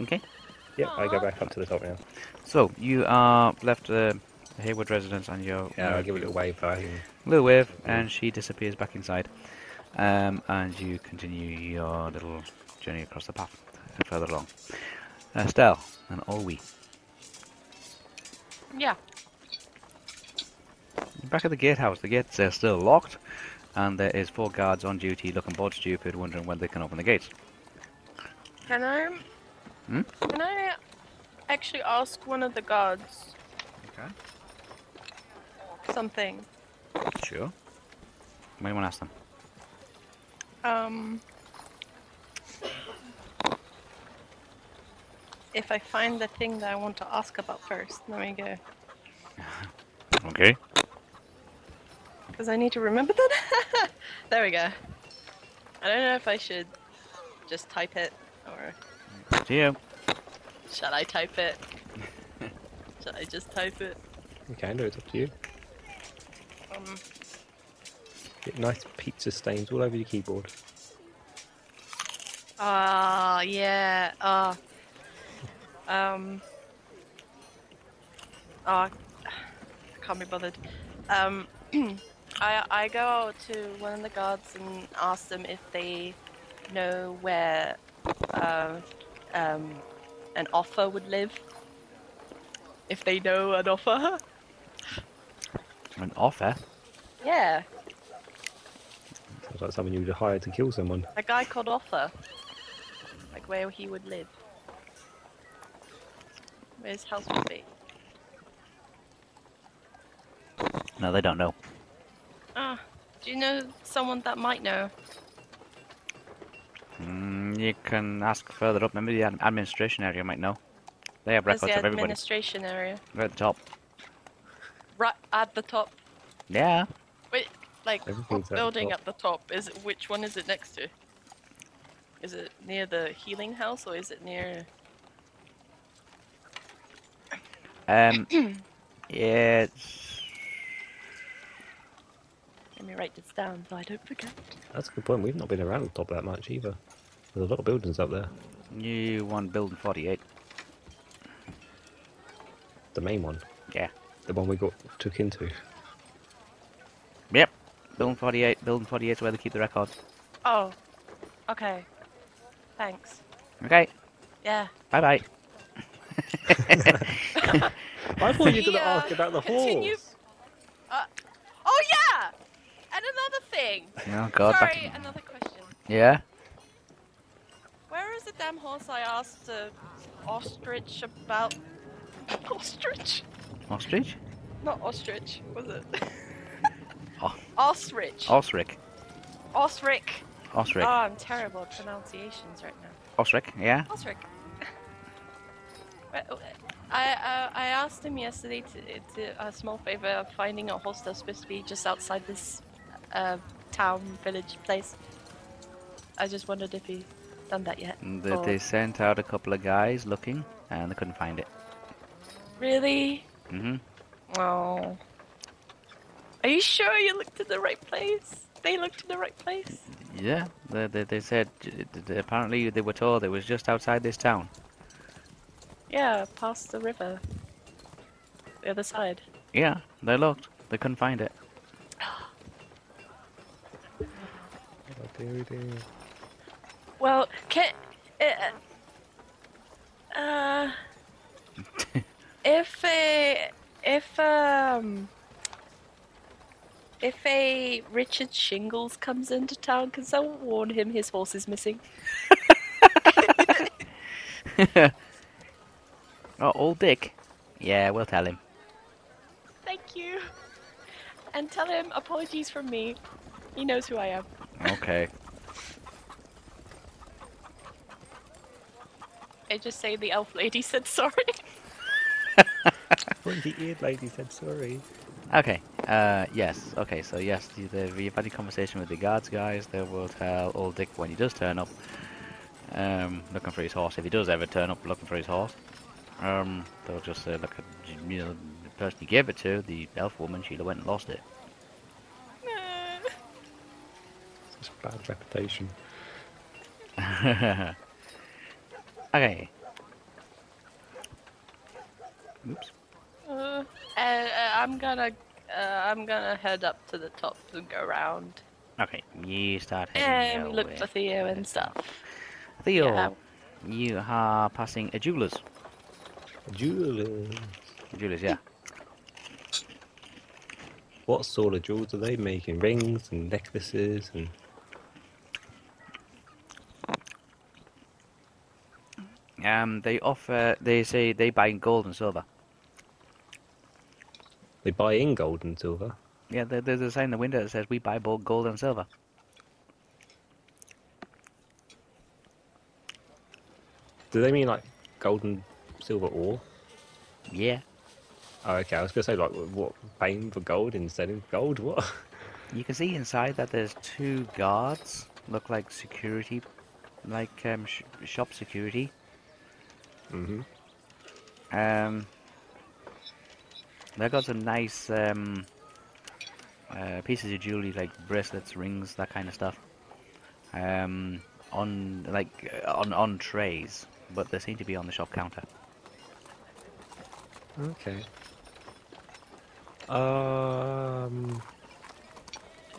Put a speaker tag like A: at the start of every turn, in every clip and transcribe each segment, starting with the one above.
A: Okay.
B: Yep, I go back up to the top now.
A: So you are left the Hayward residence and your
B: Yeah,
A: uh,
B: I'll give it a little wave back. and-
A: little wave, and she disappears back inside. Um, and you continue your little journey across the path and further along. Estelle and Olwe,
C: Yeah.
A: back at the gatehouse. The gates are still locked, and there is four guards on duty, looking bored stupid, wondering when they can open the gates.
C: Can I?
A: Hmm?
C: Can I actually ask one of the guards
A: Okay.
C: something?
A: Sure. What do you want to ask them?
C: Um. If I find the thing that I want to ask about first, let me go.
A: Okay.
C: Because I need to remember that. there we go. I don't know if I should just type it or
A: See you.
C: shall I type it? shall I just type it?
B: You can do it, it's up to you.
C: Um,
B: Get nice pizza stains all over your keyboard.
C: Ah, yeah. Uh, um. Ah, I can't be bothered. Um, I I go out to one of the guards and ask them if they know where uh, um, an offer would live. If they know an offer.
A: An offer.
C: Yeah,
B: Sounds like someone you would hire to kill someone.
C: a guy called Offer. Like where he would live. Where his house would be.
A: No, they don't know.
C: Ah, do you know someone that might know?
A: Mm, you can ask further up. Maybe the ad- administration area might know. They have
C: There's
A: records
C: the
A: of everybody.
C: administration area.
A: Right at the top.
C: Right at the top.
A: Yeah.
C: Wait, like
B: Everything's
C: what
B: at the
C: building
B: top.
C: at the top? Is it which one is it next to? Is it near the healing house or is it near
A: Um. it's.
C: let me write this down so I don't forget.
B: That's a good point. We've not been around the top that much either. There's a lot of buildings up there.
A: New one, building 48.
B: The main one.
A: Yeah.
B: The one we got took into.
A: Yep. Building 48. Building 48 is where they keep the records.
C: Oh. Okay. Thanks.
A: Okay.
C: Yeah.
A: Bye bye.
B: I thought you were going
C: He,
B: to
C: uh,
B: ask about the
C: continue-
B: horse.
C: Oh yeah! And another thing.
A: Oh god. back
C: Sorry,
A: to-
C: another question.
A: Yeah.
C: Where is the damn horse I asked the ostrich about? Ostrich?
A: Ostrich.
C: Not ostrich, was it?
A: Oh.
C: Ostrich.
A: Osric.
C: Osric.
A: Osric.
C: Oh, I'm terrible at pronunciations right now.
A: Osric. Yeah.
C: Osric. Well, I, uh, I asked him yesterday to, to a small favor of finding a horse that's supposed to be just outside this uh, town, village, place. I just wondered if he done that yet.
A: And They,
C: or-
A: they sent out a couple of guys looking, and they couldn't find it.
C: Really?
A: Mhm.
C: Oh. Are you sure you looked in the right place? They looked in the right place?
A: Yeah. They, they, they said j- d- d- apparently they were told it was just outside this town.
C: Yeah, past the river. The other side.
A: Yeah. They looked. They couldn't find it.
B: Oh, dear, dear.
C: Well, can. Uh, uh, if a. If, um. If a Richard Shingles comes into town, can someone warn him his horse is missing?
A: Oh, old Dick. Yeah, we'll tell him.
C: Thank you. And tell him apologies from me. He knows who I am.
A: Okay.
C: I just say the elf lady said sorry.
B: What the eared lady said sorry.
A: Okay. Uh, yes. Okay. So yes, the, the, you've had a conversation with the guards, guys. They will tell old Dick when he does turn up, um, looking for his horse. If he does ever turn up looking for his horse, um, they'll just say, look, you know, the person he gave it to, the elf woman, she'd have went and lost it.
C: Uh,
B: It's a bad reputation.
A: okay. Oops.
C: Uh, uh, uh, I'm gonna, uh, I'm gonna head up to the top and go around.
A: Okay, you start heading
C: And
A: your
C: look
A: way.
C: for Theo and stuff.
A: Theo,
C: yeah.
A: you are passing a jeweler's.
B: Jewel.
A: A jeweler's, yeah.
B: What sort of jewels are they making? Rings and necklaces and.
A: Um, they offer. They say they buy in gold and silver.
B: They buy in gold and silver.
A: Yeah, there, there's a sign in the window that says we buy both gold and silver.
B: Do they mean like gold and silver ore?
A: Yeah,
B: Oh, okay. I was gonna say like what paying for gold instead of gold. What?
A: you can see inside that there's two guards. Look like security, like um, sh- shop security.
B: hmm
A: Um, they got some nice um, uh, pieces of jewelry, like bracelets, rings, that kind of stuff, um, on like uh, on on trays, but they seem to be on the shop counter.
B: Okay. Um.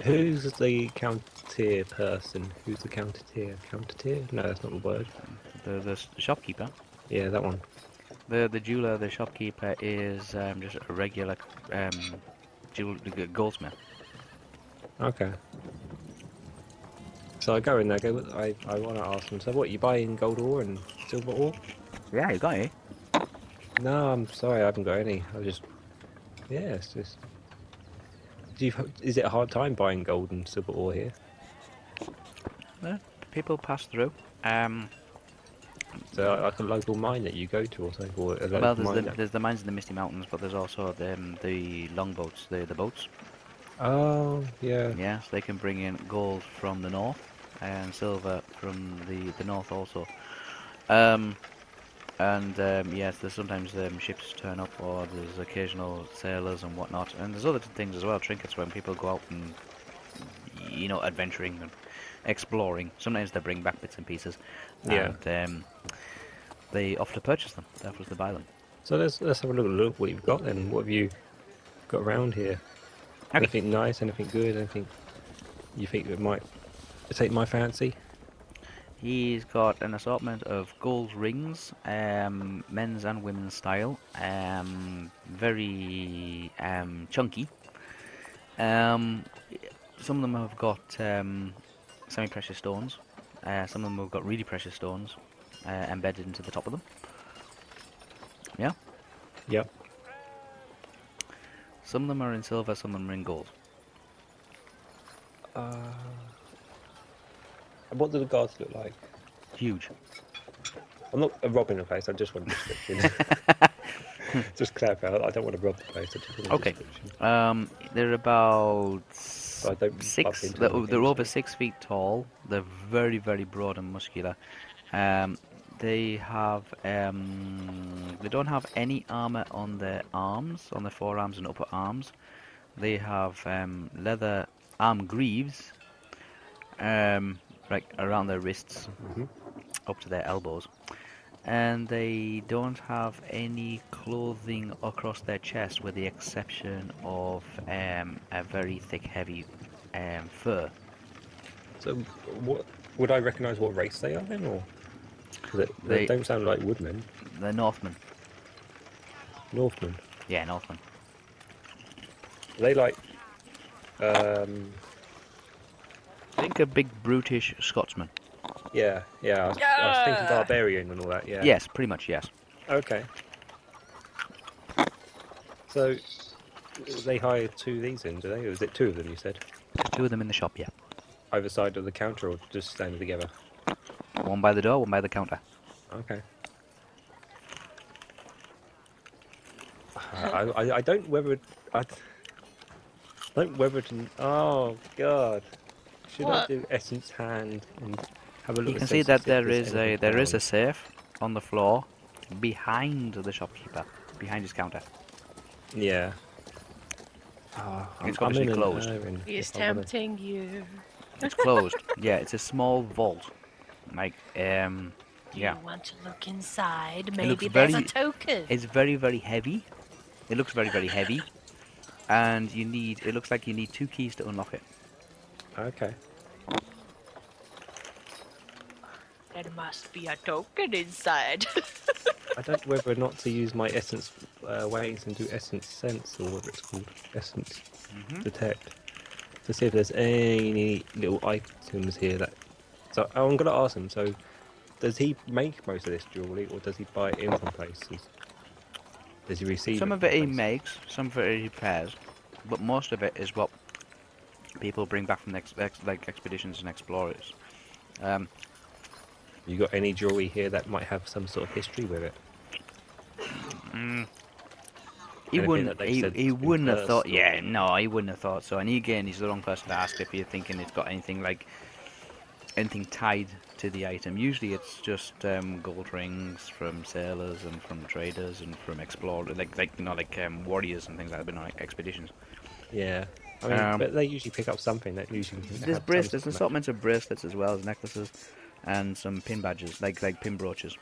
B: Who's the counter person? Who's the counteteer? Counteteer? No, that's not the word.
A: The the s- shopkeeper,
B: Yeah, that one.
A: the the jeweler, the shopkeeper is um, just a regular um, jewel g- goldsmith.
B: Okay. So I go in there. Go. I I want to ask them. So what? You buy in gold ore and silver ore?
A: Yeah, you got it.
B: No, I'm sorry, I haven't got any. I just, yeah, it's just. Do you, is it a hard time buying gold and silver ore here?
A: People pass through. Um,
B: So like, like a local mine that you go to or something, or a local
A: well, there's
B: mine.
A: the,
B: that-
A: there's the mines in the Misty Mountains, but there's also the um, the longboats, the the boats.
B: Oh yeah.
A: Yes, they can bring in gold from the north and silver from the, the north also. Um, and um, yes, there's sometimes um, ships turn up or there's occasional sailors and whatnot. And there's other things as well, trinkets when people go out and, you know, adventuring and exploring. Sometimes they bring back bits and pieces.
B: Yeah.
A: And um, they offer to purchase them. Therefore, they buy them.
B: So let's let's have a little look what you've got then. What have you got around here?
A: Okay.
B: Anything nice? Anything good? Anything you think that might take my fancy?
A: He's got an assortment of gold rings, um, men's and women's style, um, very um, chunky. Um, some of them have got um, semi-precious stones. Uh, some of them have got really precious stones uh, embedded into the top of them. Yeah.
B: Yep.
A: Some of them are in silver. Some of them are in gold.
B: Uh, what do the guards look like?
A: Huge.
B: I'm not uh, robbing the place. I just want a description. just clarify. I I don't want to rob the place. I just want a
A: Okay.
B: description.
A: Um, they're about
B: I don't bump
A: six.
B: into
A: They're,
B: them,
A: they're
B: so-
A: over six feet tall. They're very, very broad and muscular. Um, they have. Um, they don't have any armor on their arms, on their forearms and upper arms. They have um, leather arm greaves, um, like around their wrists,
B: Mhm.
A: up to their elbows. And they don't have any clothing across their chest, with the exception of um, a very thick, heavy um, fur.
B: So, what would I recognise what race they are then, or 'Cause it, they,
A: They-
B: don't sound like woodmen,
A: They're Northmen.
B: Northmen.
A: Yeah, Northmen.
B: Are they like, um,
A: Think a big, brutish Scotsman.
B: yeah, yeah. I was, I was thinking
C: Yeah.
B: barbarian and all that. Yeah.
A: Yes, pretty much, yes.
B: Okay. So, they hire two of these in, do they? Or is it two of them? You said
A: Two of them in the shop, yeah.
B: either side of the counter, or just standing together?
A: One by the door, one by the counter.
B: Okay. I, I, I don't whether I d- don't whether to. Oh God! Should I
C: What?
B: do essence hand and have a look?
A: You
B: at
A: can see
B: sense
A: that
B: if
A: there
B: there's
A: is a
B: anything
A: there is a
B: around?
A: safe on the floor behind the shopkeeper, behind his counter.
B: Yeah. Oh,
A: It's obviously
B: in an
A: closed.
B: errand
C: He's
B: if I wanna-
C: tempting you.
A: It's closed. yeah, it's a small vault. Like um,
C: you
A: Yeah.
C: want to look inside,
A: looks
C: maybe there's a
A: very-
C: token.
A: It's very, very heavy. It looks very, very heavy. And you need, it looks like you need two keys to unlock it.
B: Okay.
C: There must be a token inside.
B: I don't know whether or not to use my essence uh, ways and do essence sense or whatever it's called, essence Mm-hmm.
A: Mhm.
B: detect, to see if there's any little items here that. So oh, I'm gonna ask him. So, does he make most of this jewelry, or does he buy it in from places? Does he receive?
A: Some of
B: from
A: it he
B: places?
A: makes, some of it he repairs, but most of it is what people bring back from ex- ex- like expeditions and explorers. Um,
B: You got any jewelry here that might have some sort of history with it?
A: he
B: Anything
A: wouldn't.
B: that they
A: He,
B: said
A: he
B: in
A: wouldn't have
B: verse
A: thought.
B: or-
A: Yeah, no, he wouldn't have thought so. And again, he's the wrong person to ask if you're thinking it's got anything like anything tied to the item. Usually, it's just um, gold rings from sailors and from traders and from explorers, like like you know, like um, warriors and things like that, but not like expeditions.
B: Yeah. I mean,
A: Um,
B: but they usually pick up something that usually. can have
A: There's
B: some sort
A: bracelets,
B: of-
A: there's assortments of bracelets as well as necklaces, and some pin badges, like like pin brooches.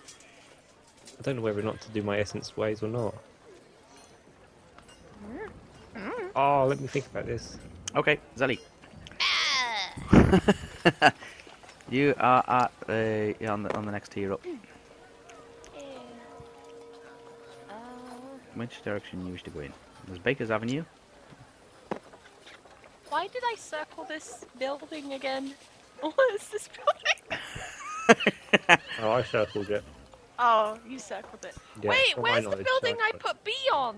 B: I don't know whether or not to do my essence ways or not. Oh, let me think about this.
A: Okay, Zelly.
C: Uh,
A: you are at uh, you're on the on the next tier up.
C: uh,
A: Which direction you wish to go in? There's Baker's Avenue.
C: Why did I circle this building again? What is this building?
B: Oh, I circled it.
C: Oh, you circled it.
B: Yeah,
C: Wait,
B: from my
C: where's the
B: knowledge,
C: building I
B: circled.
C: put B on?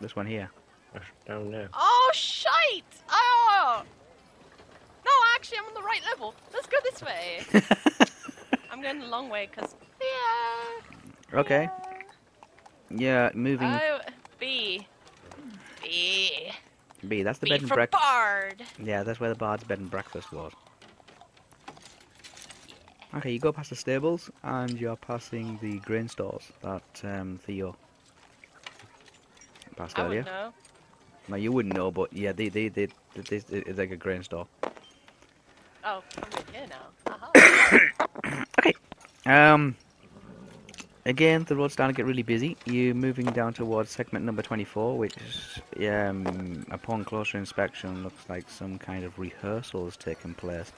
A: This one here.
B: That's down there.
C: Oh, shite! Oh! No, actually, I'm on the right level. Let's go this way. I'm going the long way because. Yeah.
A: Okay. Yeah, moving
C: Oh, B. B.
A: B. That's the
C: B
A: bed and
C: for
A: breakfast.
C: Bard.
A: Yeah, that's where the bard's bed and breakfast was. Okay, you go past the stables and you're passing the grain stores that um, Theo passed
C: I
A: earlier.
C: wouldn't know.
A: No, you wouldn't know, but yeah, they they they, they, they it's like a grain store.
C: Oh, I'm right here now. Aha.
A: Um, again, the road's starting to get really busy. You're moving down towards segment number 24, which, um, upon closer inspection, looks like some kind of rehearsals taking place,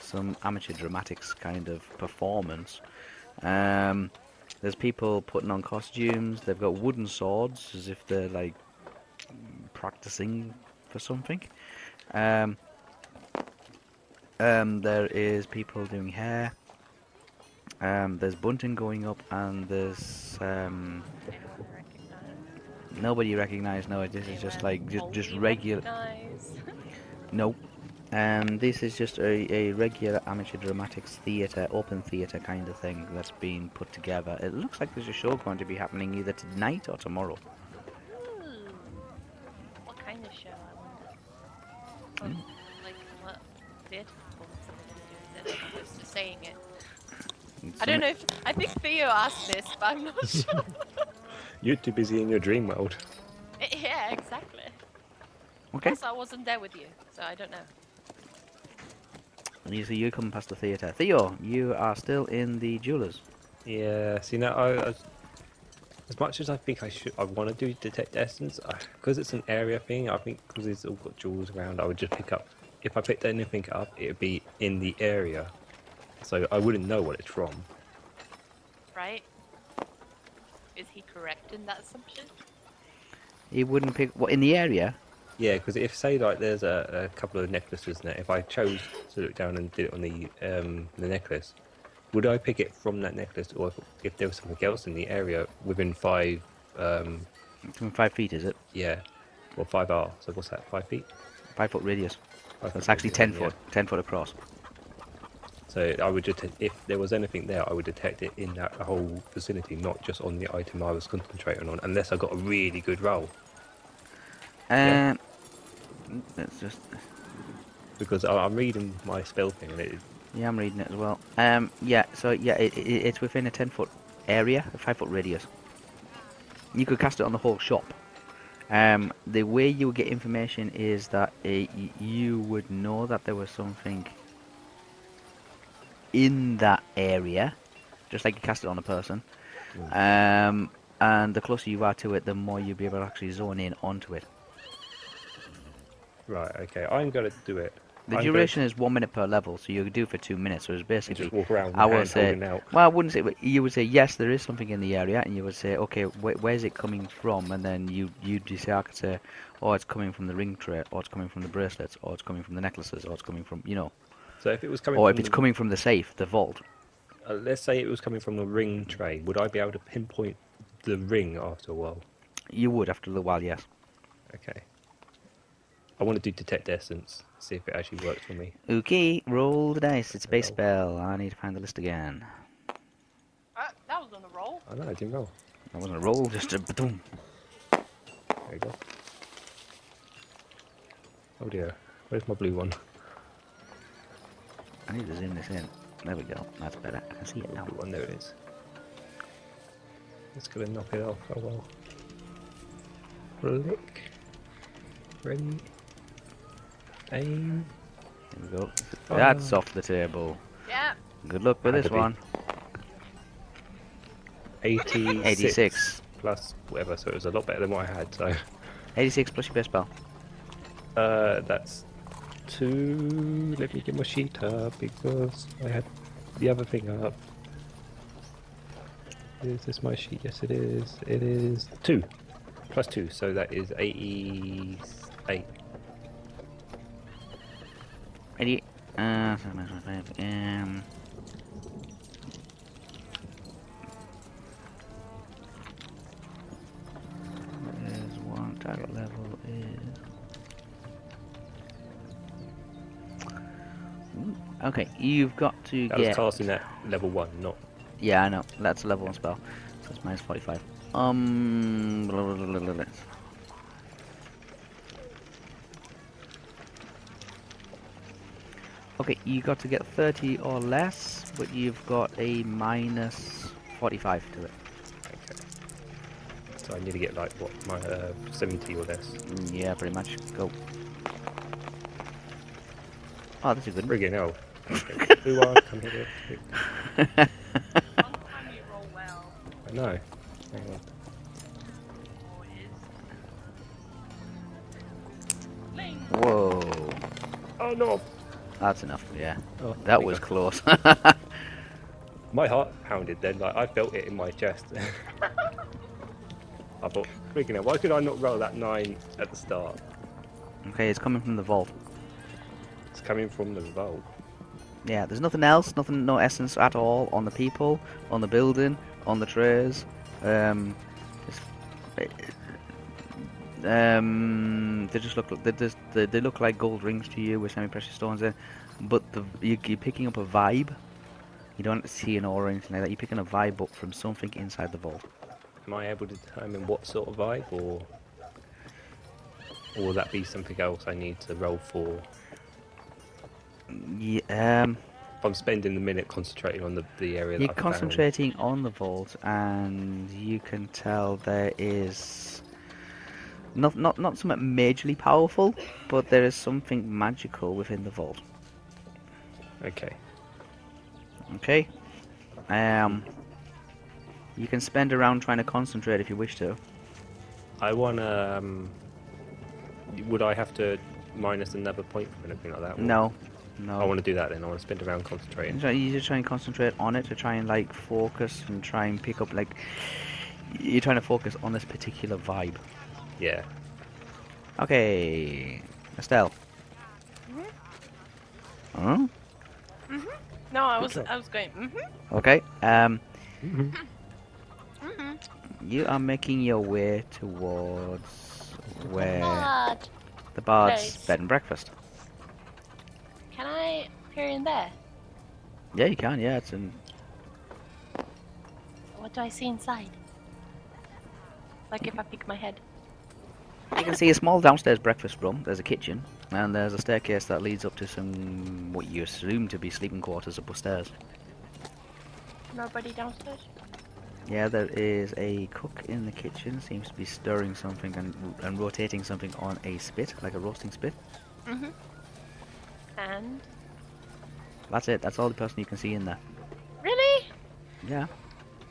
A: some amateur dramatics kind of performance. Um, there's people putting on costumes. They've got wooden swords as if they're like practicing for something. Um, um, there is people doing hair. Um, there's bunting going up, and there's um,
C: Anyone recognize?
A: nobody you recognise. No, this is just
C: Anyone
A: like just just
C: wholly
A: regular.
C: recognize?
A: No, um, this is just a, a regular amateur dramatics theatre, open theatre kind of thing that's being put together. It looks like there's a show going to be happening either tonight or tomorrow.
C: Ooh. Hmm. What kind of show, I wonder? What- Like, what theatre performance are they going to do? They're not supposed to saying it. I don't know if. I think Theo asked this, but I'm not sure.
B: You're too busy in your dream world.
C: yeah, exactly.
A: Okay,
C: Also, I wasn't there with you, so I don't know.
A: and you see, you come past the theatre. Theo, you are still in the jewelers.
B: Yeah. See now, I, I, as much as I think I should, I want to do detect essence because it's an area thing. I think because it's all got jewels around, I would just pick up. If I picked anything up, it would be in the area, so I wouldn't know what it's from.
C: Right? Is he correct in that assumption?
A: He wouldn't pick what in the area.
B: Yeah, because if say like there's a, a couple of necklaces in there, if I chose to look down and did it on the um, the necklace, would I pick it from that necklace, or if, if there was something else in the area within five, um,
A: From five feet, is it?
B: yeah, or five R? So what's that? Five feet?
A: Five foot radius.
B: Five
A: So it's
B: foot
A: actually
B: radius,
A: ten
B: yeah.
A: foot. Ten foot across.
B: So I would detect if there was anything there, I would detect it in that whole vicinity, not just on the item I was concentrating on, unless I got a really good roll. Yeah.
A: Um, let's Um, just
B: Because I, I'm reading my spell thing, and it,
A: Yeah, I'm reading it as well. Um, yeah, so yeah, it, it, it's within a ten foot area, a five foot radius. You could cast it on the whole shop. Um, the way you would get information is that uh, y you would know that there was something in that area, just like you cast it on a person. Um, and the closer you are to it, the more you'll be able to actually zone in onto it.
B: Right, okay. I'm going to do it.
A: The
B: I'm
A: duration is one minute per level, so you could do it for two minutes. So it's
B: Gonna
A: basically
B: just walk around with my
A: I would
B: hand
A: say,
B: holding out.
A: well, I wouldn't say, but you would say, yes, there is something in the area, and you would say, okay, wh- where's it coming from? And then you, you decide, I could say, oh, it's coming from the ring tray, or it's coming from the bracelets, or it's coming from the necklaces, or it's coming from, you know,
B: So if it was coming
A: or
B: from
A: if it's
B: the-
A: coming from the safe, the vault.
B: uh, let's say it was coming from the ring tray, would I be able to pinpoint the ring after a while?
A: You would after a little while, yes.
B: Okay. I want to do detect essence, see if it actually works for me.
A: Okay, roll the dice. It's a base
B: Roll.
A: spell. I need to find the list again.
C: Uh, that was on the roll.
B: I know, I Oh, didn't roll.
A: That wasn't a roll, just a boom.
B: There you go. Oh dear. Where's my blue one?
A: I need to zoom this in. There we go. That's better. I can see it
B: Oh,
A: now.
B: blue one, there it is. It's gonna knock it off. Oh well. Click. Ready. Aim.
A: There we go.
B: Oh,
A: That's
B: no.
A: off the table.
C: Yeah.
A: Good luck with
B: Had to
A: this
B: be.
A: one.
B: 86,
A: 86.
B: plus whatever, so it was a lot better than what I had. So
A: 86 plus your best spell.
B: uh, that's two. Let me get my sheet up because I had the other thing up. Is this my sheet? Yes, it is. It is two plus two, so that is 88.
A: 80. Uh, so minus one five, um, that is one target level is. Ooh, Okay, you've got to
B: That was
A: get.
B: casting at level one, not
A: Yeah, I know. That's a level one spell. So it's minus 45. Um. blah, blah, blah, blah, blah, blah. Okay, you got to get 30 or less, but you've got a minus 45 to it.
B: Okay. So I need to get like what my uh, 70 or less.
A: Mm, Yeah, pretty much. Go. Oh, that's a good one.
B: Friggin' hell. Okay. Who are come here? quick.
C: One time you roll well,
B: I know. Hang on.
C: or is. Bling.
A: Whoa.
B: Oh no!
A: That's enough, yeah.
B: Oh, there
A: That
B: you
A: was
B: go.
A: close.
B: My heart pounded then, like I felt it in my chest. I thought, friggin' hell, why could I not roll that 9 at the start?
A: okay, it's coming from the vault.
B: It's coming from the vault.
A: Yeah, there's nothing else, nothing, no essence at all on the people, on the building, on the trays. Um, it's, um, they just look, they just, they, they look like gold rings to you with semi-precious stones in, but the, you, you're picking up a vibe. You don't see an aura or anything like that. You're picking a vibe up from something inside the vault.
B: Am I able to determine what sort of vibe or. Or will that be something else I need to roll for?
A: Yeah, um,
B: I'm spending the minute concentrating on the, the area that
A: You're
B: I've found.
A: concentrating on the vault, and you can tell there is not not not something majorly powerful, but there is something magical within the vault.
B: Okay.
A: Okay, um, you can spend a round trying to concentrate if you wish to.
B: I want to. Um, would I have to minus another point for anything like that? or-
A: No,
B: I
A: no.
B: want to do that then. I want to spend around
A: You
B: concentrating.
A: try- you just try and concentrate on it to try and like focus and try and pick up like you're trying to focus on this particular vibe.
B: Yeah.
A: Okay, Estelle.
C: Mhm.
A: Huh?
C: No, I was
B: job.
C: I was going. Mm-hmm,
A: Okay. Um,
C: mm-hmm.
A: you are making your way towards where
C: Bard,
A: the bard's
C: Nice.
A: bed and breakfast.
C: can I peer in there?
A: Yeah, you can. Yeah, it's in.
C: What do I see inside? Like if I pick my head.
A: You can see a small downstairs breakfast room. There's a kitchen, and there's a staircase that leads up to some what you assume to be sleeping quarters upstairs.
C: Nobody downstairs.
A: Yeah, there is a cook in the kitchen. Seems to be stirring something and and rotating something on a spit, like a roasting spit.
C: Mm-hmm. And
A: That's it. That's all the person you can see in there.
C: really,
A: Yeah,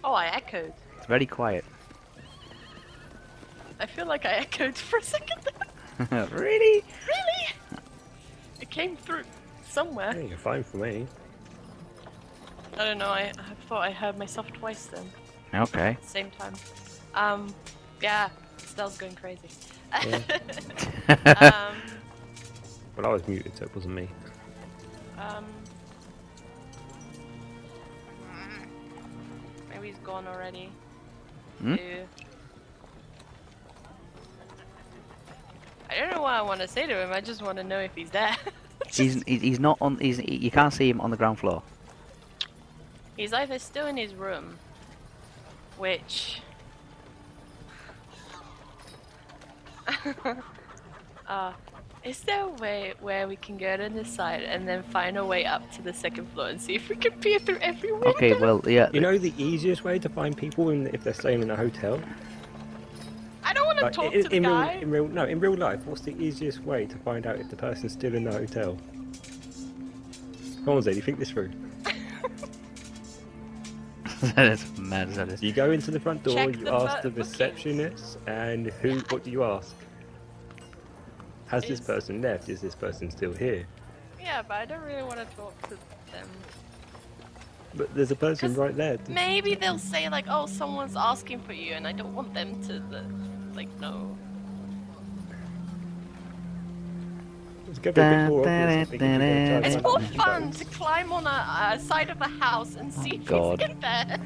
C: Oh, I echoed.
A: it's very quiet.
C: I feel like I echoed for a second. there.
A: really?
C: really? It came through somewhere.
B: Yeah, you're fine for me.
C: I don't know. I, I thought I heard myself twice then,
A: Okay.
C: at the same time. Um, yeah, Stell's going crazy. um,
B: Well, I was muted, so it wasn't me.
C: um, maybe he's gone already.
A: Hmm?
C: Ew. I don't know what I want to say to him. I just want to know if he's there.
A: he's he's he's not on. He's he- you can't see him on the ground floor.
C: He's either still in his room, which. uh, is there a way where we can go to the side and then find a way up to the second floor and see if we can peer through every window?
A: Okay. Well, yeah.
B: You know the easiest way to find people in, if they're staying in a hotel?
C: I don't want to
B: Like,
C: talk
B: in,
C: to the
B: in
C: guy.
B: Real, in real, no, in real life, what's the easiest way to find out if the person's still in the hotel? Come on, Zed, you think this through.
A: that is mad. That is.
B: You go into the front door,
C: Check
B: you
C: the
B: ask
C: bu-
B: the receptionist, and who? What do you ask? Has this
C: Is-
B: person left? Is this person still here?
C: Yeah, but I don't really want to talk to them.
B: But there's a person
C: 'Cause
B: right there.
C: Maybe they'll say, like, oh, someone's asking for you, and I don't want them to, the, like, know.
B: It's gonna be a bit more obvious. I think, if you're gonna try and find
C: It's more
B: out who
C: fun
B: goes.
C: to climb on a, a side of a house and see if
A: God.
C: he's in there.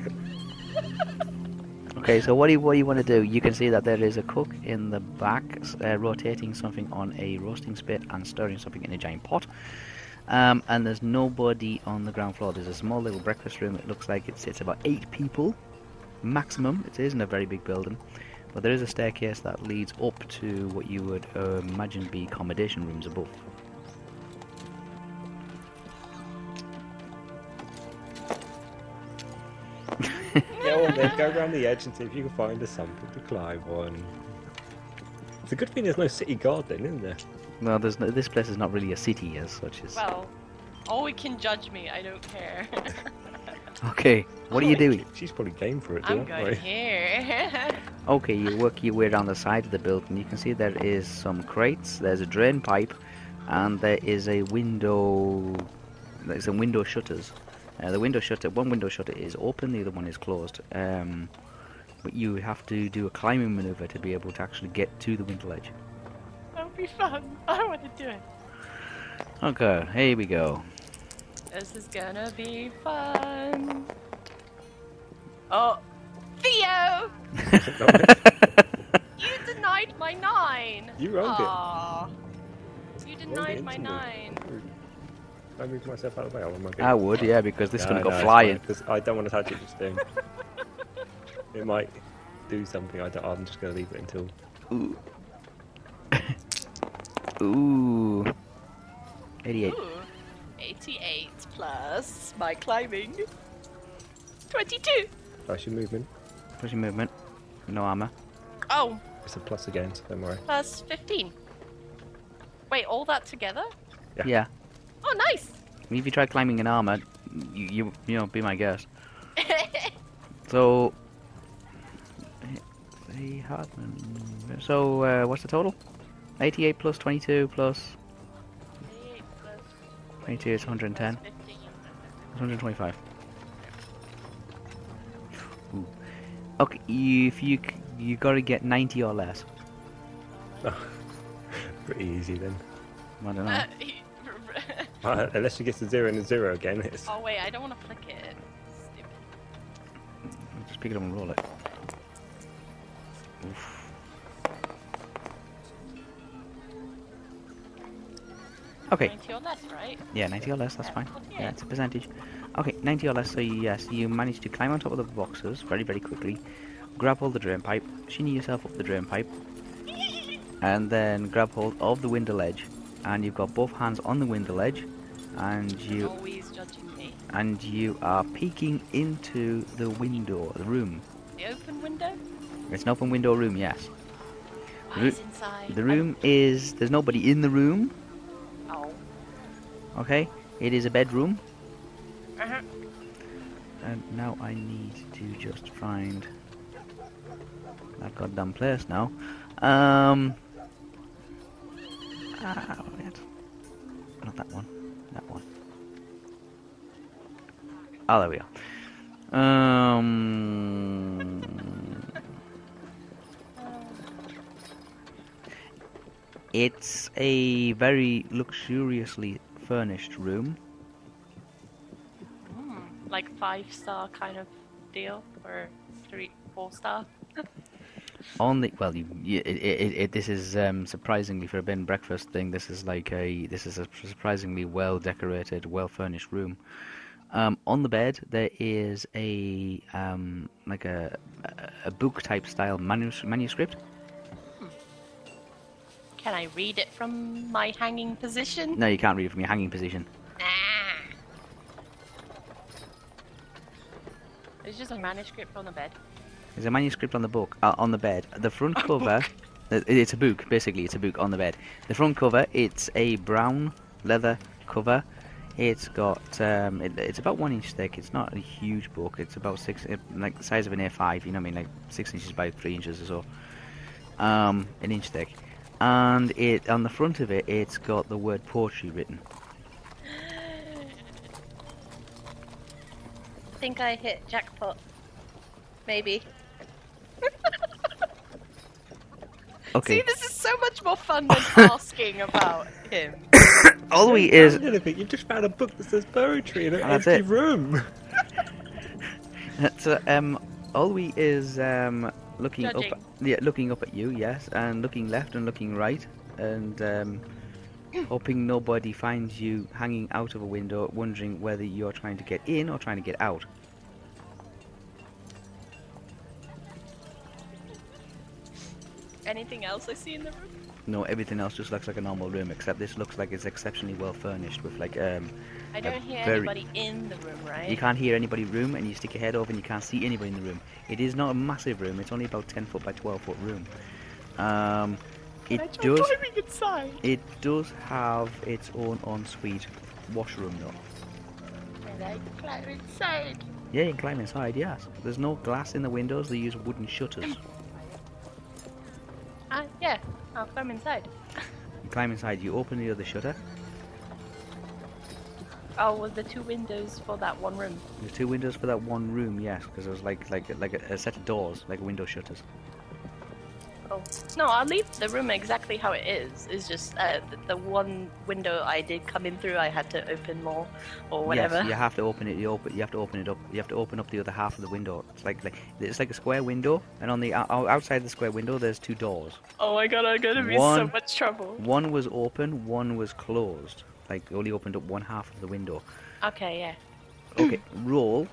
A: Okay. So what do you, what do you want to do? You can see that there is a cook in the back, s- uh, rotating something on a roasting spit and stirring something in a giant pot. Um, and there's nobody on the ground floor. There's a small little breakfast room. It looks like it sits about eight people, maximum. It isn't a very big building, but there is a staircase that leads up to what you would uh, imagine be accommodation rooms above.
B: Go on then, go around the edge and see if you can find us something to climb on. It's a good thing there's no city guard then, isn't there?
A: No, there's no, this place is not really a city as such. As
C: Well, oh, we can judge me. I don't care.
A: okay, what are you doing?
B: She's probably game for it,
C: I'm
B: don't
C: going here.
A: Okay, you work your way down the side of the building. You can see there is some crates. There's a drain pipe, and there is a window. There's some window shutters. Uh, the window shutter, one window shutter is open, the other one is closed. Um, but you have to do a climbing maneuver to be able to actually get to the window ledge.
C: That'll be fun. I want to do it.
A: Okay, here we go.
C: This is gonna be fun. Oh, Theo, you denied my nine.
B: You rolled it.
C: Aw. You
B: Rolled it
C: denied my
B: into me.
C: nine.
B: I moved myself out of the way. I want my
A: I would, yeah, because this
B: No,
A: one
B: no,
A: got
B: it's
A: flying.
B: fine, 'cause I don't want to touch it just then. it might do something. I don't, I'm just going to leave it until.
A: Ooh. Ooh. 88.
C: Ooh, 88 plus my climbing. 22.
B: Plus your movement.
A: Pushing movement. No armor.
C: Oh,
B: It's a plus again, so don't worry.
C: plus 15. Wait, all that together?
B: Yeah.
A: Yeah.
C: Oh, nice!
A: If you try climbing an armor, you you, you know, be my guest. So. The Hartman. So, uh, what's the total? 88 plus 22 plus 22 is 110.
C: 15.
A: 125. Ooh. Okay, you, if you c- you gotta get 90 or less.
B: Pretty easy then.
A: I don't know.
B: Uh, unless you get to zero and a zero again, it's
C: oh, wait, I don't want to flick it. Stupid.
A: Just pick it up and roll it. Oof. Okay.
C: 90 or less, right?
A: Yeah, 90 or less, that's fine.
C: Okay.
A: Yeah, it's a percentage. Okay, 90 or less, so yes, you managed to climb on top of the boxes very, very quickly, grab hold of the drain pipe, shinny yourself up the drain pipe, and then grab hold of the window ledge, and you've got both hands on the window ledge, and you
C: Always judging me.
A: and you are peeking into the window, the room.
C: The open window?
A: It's an open window room, yes.
C: Oh,
A: Ru-
C: it's inside.
A: The room is there's nobody in the room,
C: Oh.
A: okay? It is a bedroom.
C: Uh-huh.
A: and now I need to just find that goddamn place now. Um. Ah, weird. Not that one. That one. Ah, there we are. Um. It's a very luxuriously furnished room.
C: Mm, like five star kind of deal or three, four star.
A: On the well, you, you, it, it, it, this is um, surprisingly for a bed and breakfast thing. This is like a this is a surprisingly well decorated, well furnished room. Um, on the bed there is a um, like a a- a book type style manus- manuscript.
C: Can I read it from my hanging position?
A: No, you can't read it from your hanging position.
C: Ah. It's just a manuscript from the bed.
A: There's a manuscript on the book uh, on the bed. The front cover, uh, it- it's a book basically. It's a book on the bed. The front cover, it's a brown leather cover. It's got um, it, it's about one inch thick. It's not a huge book. It's about six, uh, like the size of an A5. You know what I mean? Like six inches by three inches or so. Um, an inch thick. And it on the front of it, it's got the word poetry written.
C: I think I hit jackpot. Maybe.
A: Okay.
C: See, this is so much more fun than asking about him.
A: All we
B: You
A: is
B: found anything. You just found a book that says poetry in an
A: And that's
B: empty
A: it.
B: room.
A: So, um, Olwe is um, looking
C: Judging.
A: up, yeah, looking up at you, yes, and looking left and looking right, and um, hoping nobody finds you hanging out of a window, wondering whether you're trying to get in or trying to get out.
C: Anything else I see in the room?
A: No, everything else just looks like a normal room, except this looks like it's exceptionally well furnished with like um,
C: I don't hear
A: very-
C: anybody in the room, right?
A: you can't hear anybody room, and you stick your head over and you can't see anybody in the room. It is not a massive room; it's only about ten foot by twelve foot room. Um, it
C: Can I try
A: does.
C: climbing inside?
A: It does have its own ensuite washroom though.
C: Can I climb inside?
A: Yeah, you can climb inside, yes. There's no glass in the windows, they use wooden shutters.
C: Ah, yeah, I'll climb inside.
A: You climb inside, you open the other shutter.
C: Oh, well, the two windows for that one room.
A: There's two windows for that one room, yes, because there's like like like a, a set of doors, like window shutters.
C: Oh. No, I'll leave the room exactly how it is. It's just uh, the, the one window I did come in through, I had to open more or whatever.
A: Yes, you have to open it. You open. You have to open it up. You have to open up the other half of the window. It's like like it's like a square window, and on the o- outside the square window, there's two doors.
C: Oh my god, I'm gonna be so
A: One-
C: much trouble.
A: One was open, one was closed. Like only opened up one half of the window.
C: Okay, yeah.
A: Okay, roll.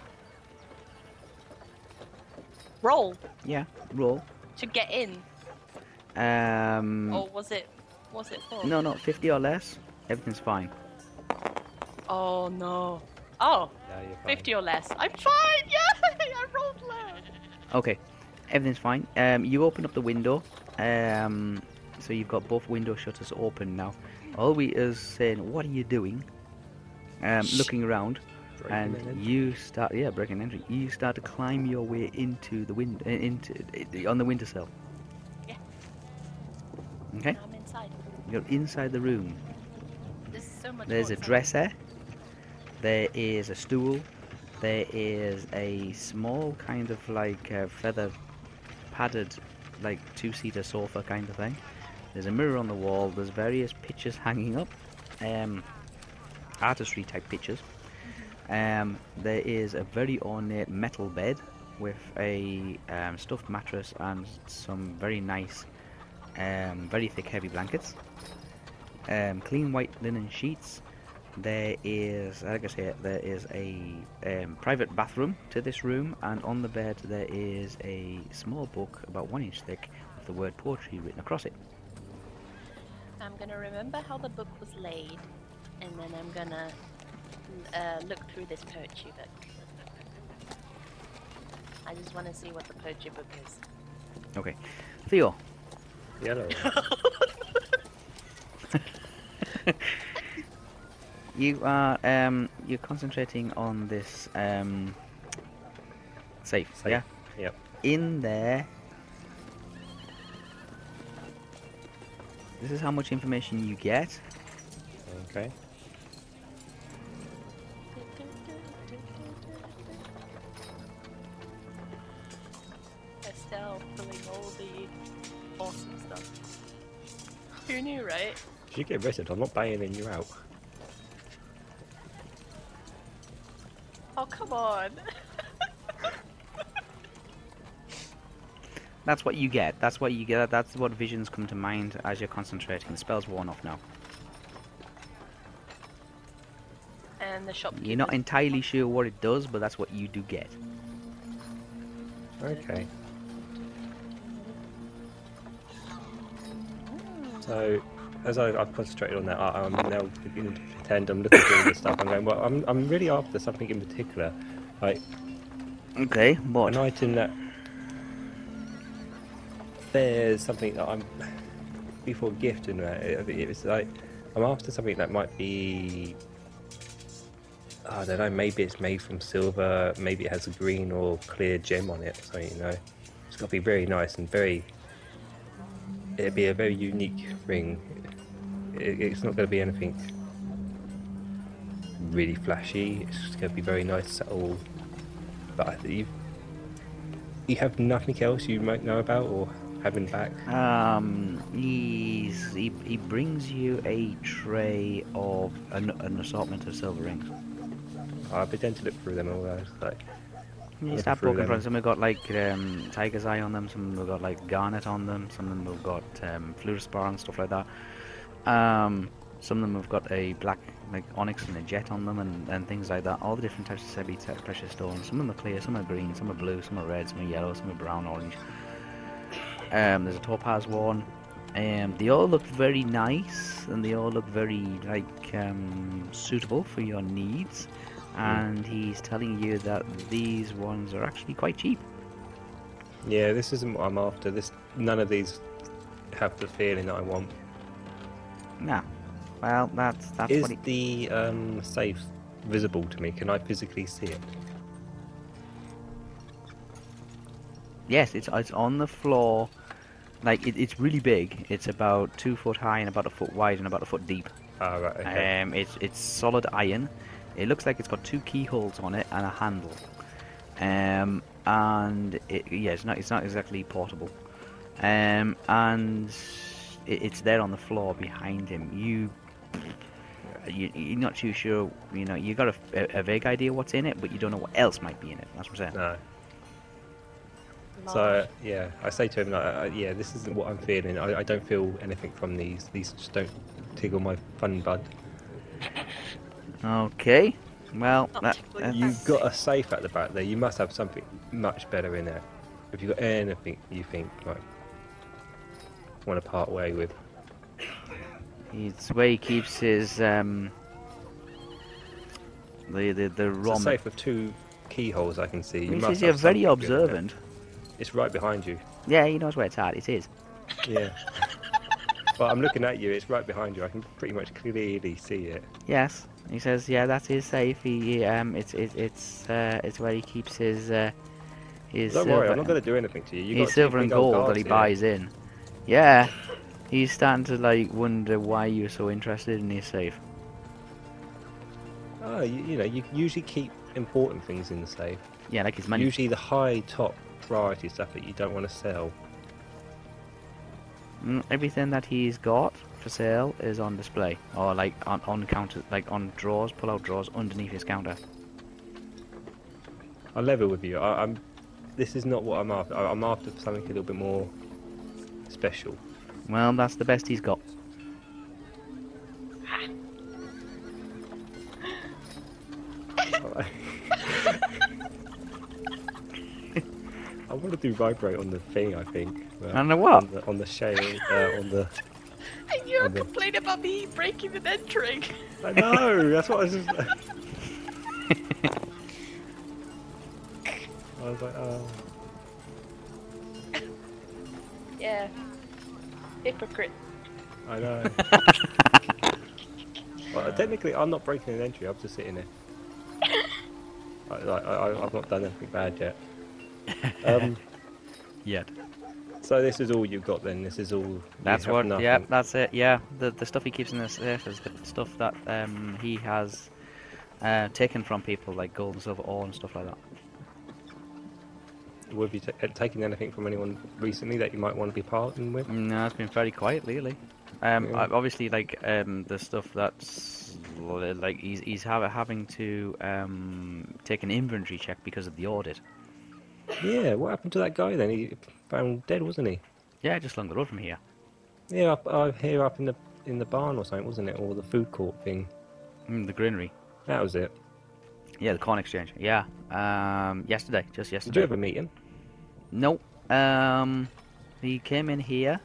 C: Roll
A: Yeah, roll.
C: to get in,
A: Um,
C: or was it? Was it for?
A: No, not 50 or less. Everything's fine.
C: Oh no. Oh,
B: Yeah, you're fine.
C: 50 or less. I'm fine. Yay! I rolled low.
A: Okay, everything's fine. Um, you open up the window. Um, so you've got both window shutters open now. All we is saying, "What are you doing?" Um, looking around,
B: Breaking
A: and
B: an entry.
A: you start, yeah, breaking an entry. You start to climb your way into the wind, uh, into on the windowsill.
C: Yeah.
A: Okay,
C: I'm inside.
A: you're inside the room.
C: There's so much.
A: There's
C: more
A: a
C: inside.
A: dresser. There is a stool. There is a small kind of like uh, feather padded, like two seater sofa kind of thing. There's a mirror on the wall. There's various pictures hanging up, um, artistry type pictures.
C: Mm-hmm.
A: Um, there is a very ornate metal bed with a um, stuffed mattress and some very nice, um, very thick, heavy blankets um, clean white linen sheets. There is, like I say, there is a um, private bathroom to this room, and on the bed there is a small book about one inch thick with the word poetry written across it.
C: I'm gonna remember how the book was laid, and then I'm gonna uh, look through this poetry book. I just want to see what the poetry book is.
A: Okay, Theo,
B: Yellow.
A: you are um, you're concentrating on this um, Safe.
B: Safe.
A: Yeah.
B: Yep.
A: In there. This is how much information you get.
B: Okay.
C: Estelle pulling all the awesome stuff. Who knew, right?
B: If you get arrested, I'm not bailing you out.
C: Oh, come on.
A: That's what you get. That's what you get. That's what visions come to mind as you're concentrating. The spell's worn off now.
C: And the shopkeeper.
A: You're not entirely sure what it does, but that's what you do get.
B: Okay. So, as I, I've concentrated on that, I, I'm now beginning to pretend I'm looking for all this stuff. I'm going, well, I'm, I'm really after something in particular. Like,
A: Okay, what?
B: an item that there's something that I'm before gifting that it, it was like I'm after something that might be I don't know maybe it's made from silver maybe it has a green or clear gem on it so you know it's got to be very nice and very it'd be a very unique ring it, it's not going to be anything really flashy it's just going to be very nice subtle but I think you you have nothing else you might know about or have in back.
A: Um, he's, he he brings you a tray of an, an assortment of silver rings.
B: I pretend to look through them all. I was like,
A: You
B: Looking
A: start
B: through
A: poking
B: them.
A: from some have got like um, tiger's eye on them, some of them have got like garnet on them, some of them have got um, fluorospar and stuff like that. Um, some of them have got a black like onyx and a jet on them and, and things like that. All the different types of semi precious stones. Some of them are clear, some are green, some are blue, some are red, some are yellow, some are brown, orange. Um, there's a topaz one. Um, they all look very nice and they all look very like um, suitable for your needs and he's telling you that these ones are actually quite cheap.
B: yeah, this isn't what I'm after. This none of these have the feeling that I want.
A: Nah. Well, that's that's
B: Is
A: what he,
B: the um, safe visible to me? Can I physically see it?
A: yes, it's it's on the floor. Like it, it's really big. It's about two foot high and about a foot wide and about a foot deep.
B: Ah, right. Okay.
A: Um, it's it's solid iron. It looks like it's got two keyholes on it and a handle. Um, and it, yeah, it's not it's not exactly portable. Um, and it, it's there on the floor behind him. You, you you're not too sure. You know, you got a, a, vague idea what's in it, but you don't know what else might be in it. That's what I'm saying.
B: no. So uh, yeah, I say to him like, uh, yeah, this isn't what I'm feeling. I, I don't feel anything from these. These just don't tickle my fun bud.
A: Okay. Well,
C: Not
A: that,
C: particularly
A: that's-
B: You've got a safe at the back there. You must have something much better in there. If you've got anything you think like want to part way with,
A: It's where he keeps his um. The the the
B: it's a
A: ROM.
B: safe with two keyholes. I can see. You
A: He
B: must
A: says you're
B: have
A: very
B: something good in there.
A: observant.
B: It's right behind you.
A: Yeah, he knows where it's at. It is.
B: Yeah. well, I'm looking at you. It's right behind you. I can pretty much clearly see it.
A: Yes. He says, yeah, that is safe. He um, it's it's it's uh, it's where he keeps his uh, his
B: Don't
A: silver,
B: worry. I'm not going to do anything to you. You
A: his
B: got
A: silver
B: two
A: and
B: big old
A: gold that
B: guards
A: he
B: here.
A: buys in. Yeah. He's starting to like wonder why you're so interested in his safe.
B: Oh, you, you know, you usually keep important things in the safe.
A: Yeah, like his money.
B: Usually the high top priority stuff that you don't want to sell.
A: Mm, Everything that he's got for sale is on display, or like on on counter, like on drawers, pull out drawers underneath his counter.
B: I level with you. I, I'm. This is not what I'm after. I, I'm after something a little bit more special.
A: Well, that's the best he's got.
B: I want to do vibrate on the thing. I think. but-
A: On the what?
B: On the, on the shale. Uh, on the.
C: And you're
B: Okay.
C: complaining about me breaking and entering.
B: I know. That's what I was. Just... I was like, oh.
C: Yeah. Hypocrite.
B: I know. well, technically, I'm not breaking an entry. I'm just sitting here. I, like, I, I- I've not done anything bad yet. Um,
A: Yet.
B: so this is all you got then. This is all. you
A: That's
B: have
A: what.
B: Nothing.
A: Yeah, that's it. Yeah, the the stuff he keeps in his safe is the stuff that um, he has uh, taken from people, like gold and silver ore and stuff like that.
B: Have you ta- uh, taken anything from anyone recently that you might want to be partnering with?
A: No, it's been very quiet lately. Um,
B: Yeah.
A: I- obviously, like um, the stuff that's li- like he's he's have, having to um, take an inventory check because of the audit.
B: Yeah. What happened to that guy then? He found dead, wasn't he?
A: Yeah, just along the road from here.
B: Yeah, up, uh, here up in the in the barn or something, wasn't it? Or the food court thing.
A: Mm, the granary.
B: That was it.
A: Yeah, the corn exchange. Yeah. Um, yesterday, just
B: Did
A: yesterday.
B: you ever meet him?
A: No. Um, he came in here,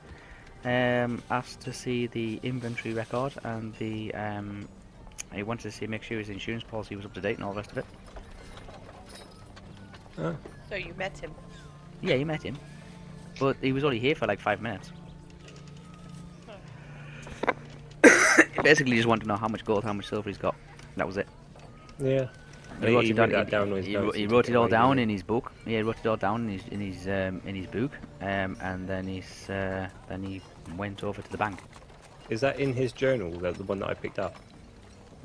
A: um, asked to see the inventory record and the um, he wanted to see make sure his insurance policy was up to date and all the rest of it.
B: Oh,
C: So you met him.
A: Yeah, you met him, but he was only here for like five minutes. He basically just wanted to know how much gold, how much silver he's got. That was it.
B: yeah.
A: He wrote
B: he
A: it down.
B: wrote that down on
A: he-
B: his
A: he
B: notes
A: wrote- he
B: and
A: wrote
B: took
A: it
B: it
A: all
B: away,
A: down
B: didn't
A: in his book. Yeah, he wrote it all down in his in his um, in his book, um, and then he's uh, then he went over to the bank.
B: Is that in his journal? The, the one that I picked up.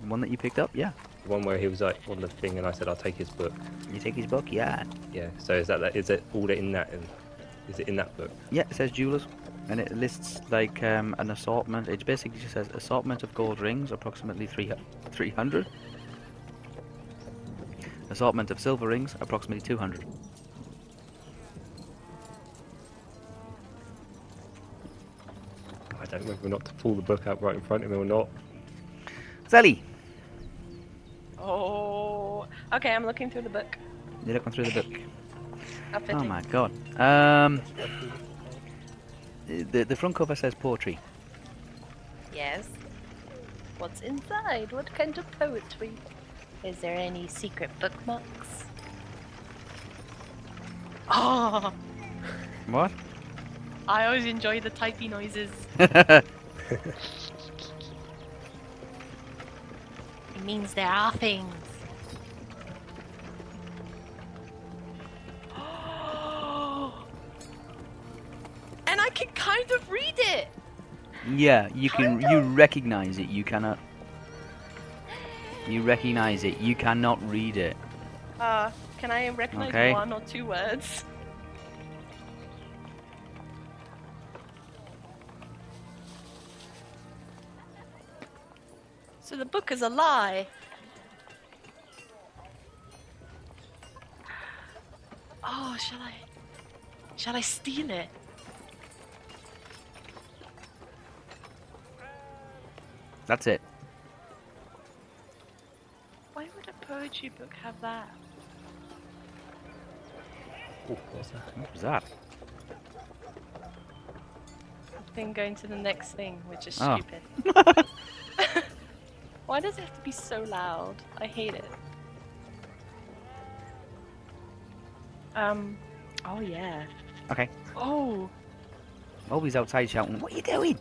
A: The one that you picked up, yeah.
B: The one where he was like on the thing, and I said I'll take his book.
A: You take his book, yeah.
B: Yeah. So is that that? Is it all in that? In, is it in that book?
A: Yeah, it says jewelers, and it lists like um, an assortment. It basically just says assortment of gold rings, approximately three three hundred. Assortment of silver rings, approximately two hundred.
B: I don't know whether or not to pull the book out right in front of him or not.
A: Zelly,
C: Oh. Okay, I'm looking through the book.
A: you're looking through the book.
C: Outfitting.
A: Oh my god. Um, the the front cover says poetry.
C: Yes. What's inside? What kind of poetry? Is there any secret bookmarks? Ah!
A: What?
C: I always enjoy the typey noises. It means there are things. and I can kind of read it!
A: yeah, you can. You recognize it. You cannot. You recognize it. You cannot read it.
C: Uh, can I recognize
A: Okay.
C: one or two words? So the book is a lie. Oh, shall I? Shall I steal it?
A: That's it.
C: Why would a poetry book have that?
B: Oh, what's that?
A: What was that?
C: Then going to the next thing, which is
A: Oh.
C: stupid. Why does it have to be so loud? I hate it. Um. Oh yeah.
A: Okay.
C: Oh,
A: Always outside shouting, "What are you doing?"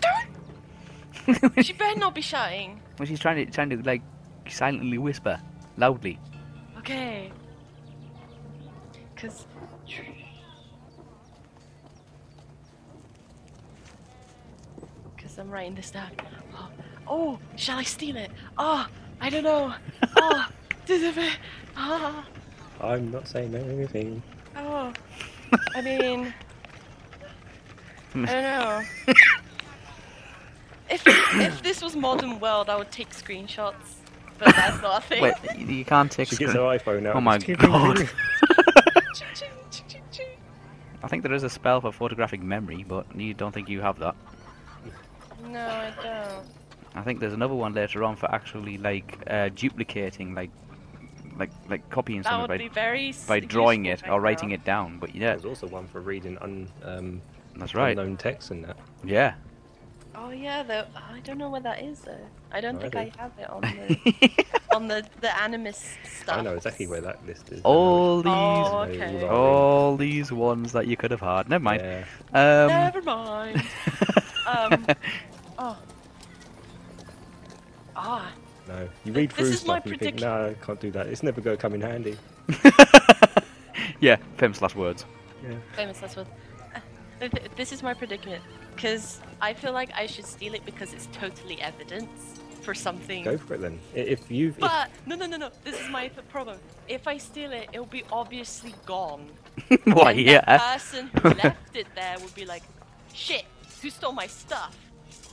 C: don't! she better not be shouting.
A: Well, she's trying to trying to like silently whisper, loudly.
C: Okay. Cause. Cause I'm writing this down. Oh, oh, shall I steal it? Oh, I don't know. Oh, does it? ma- Ah.
B: I'm not saying anything.
C: Oh, I mean, I don't know. if if this was modern world, I would take screenshots, but that's not a thing.
A: Wait, you, you can't take.
B: She
A: a
B: gets her
A: screen-
B: iPhone out.
A: Oh my god!
C: Ching, ching, ching, ching, ching.
A: I think there is a spell for photographic memory, but you don't think you have that.
C: No, I don't.
A: I think there's another one later on for actually like uh, duplicating, like, like, like copying
C: That would
A: something
C: be
A: by,
C: very s-
A: by drawing it
C: useful
A: or
C: right
A: writing
C: now.
A: it down. But yeah,
B: There's also one for reading un, um,
A: that's right.
B: unknown text and that.
A: Yeah.
C: Oh yeah, though I don't know where that is though. I don't think I
B: Alrighty.
C: have it on the on the the animus stuff.
B: I know exactly where that list is. now.
A: all these,
C: Oh,
B: These-
C: okay.
B: They're
A: all these ones that you could have had. Never mind.
B: Yeah.
A: Um,
C: Never mind. um. Oh. Ah.
B: No, you read
C: This
B: through
C: is my
B: stuff and you think, no, I can't do that. It's never going to come in handy.
A: Yeah, famous last words.
B: Yeah.
C: Famous last word. Uh, Th- th- This is my predicament because I feel like I should steal it because it's totally evidence for something.
B: Go for it then. I- If you've. if-
C: But no, no, no, no. This is my th- problem. If I steal it, it'll be obviously gone.
A: Why,
C: and
A: yeah.
C: The person who left it there would be like, shit, who stole my stuff?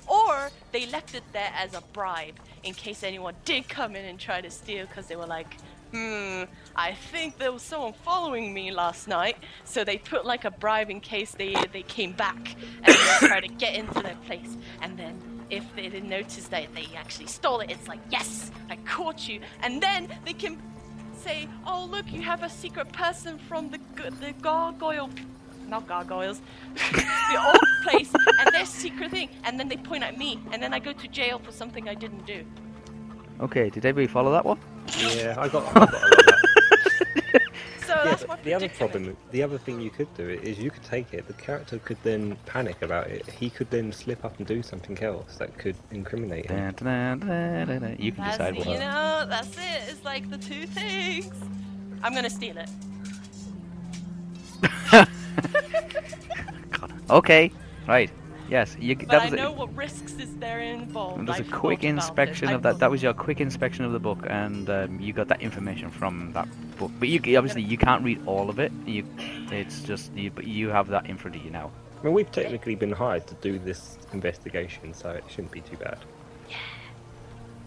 C: Or they left it there as a bribe in case anyone did come in and try to steal because they were like, hmm, I think there was someone following me last night. So they put like a bribe in case they, they came back and they tried to get into their place. And then if they didn't notice that they actually stole it, it's like, yes, I caught you. And then they can say, "Oh, look, you have a secret person from the g- the gargoyle, p- not gargoyles, the old place, and their secret thing." And then they point at me, and then I go to jail for something I didn't do.
A: Okay, did everybody follow that one?
B: Yeah, I got. I got a lot of that.
C: So
B: Yeah,
C: that's
B: but
C: my
B: the other
C: predicament.
B: problem, the other thing you could do is you could take it. The character could then panic about it. He could then slip up and do something else that could incriminate him.
A: Dun, dun, dun, dun, dun, dun. You can
C: That's
A: decide
C: you
A: what.
C: know, that's it. It's like the two things. I'm gonna steal it.
A: God. Okay, right. Yes, you,
C: But
A: that
C: I
A: was
C: know
A: it.
C: what risks is there involved.
A: There's a
C: I
A: quick
C: thought about it.
A: inspection
C: I
A: of that.
C: thought-
A: That was your quick inspection of the book, and um, you got that information from that book. But you obviously you can't read all of it. You, it's just you, but you have that in front of you now.
B: I mean, we've technically been hired to do this investigation, so it shouldn't be too bad.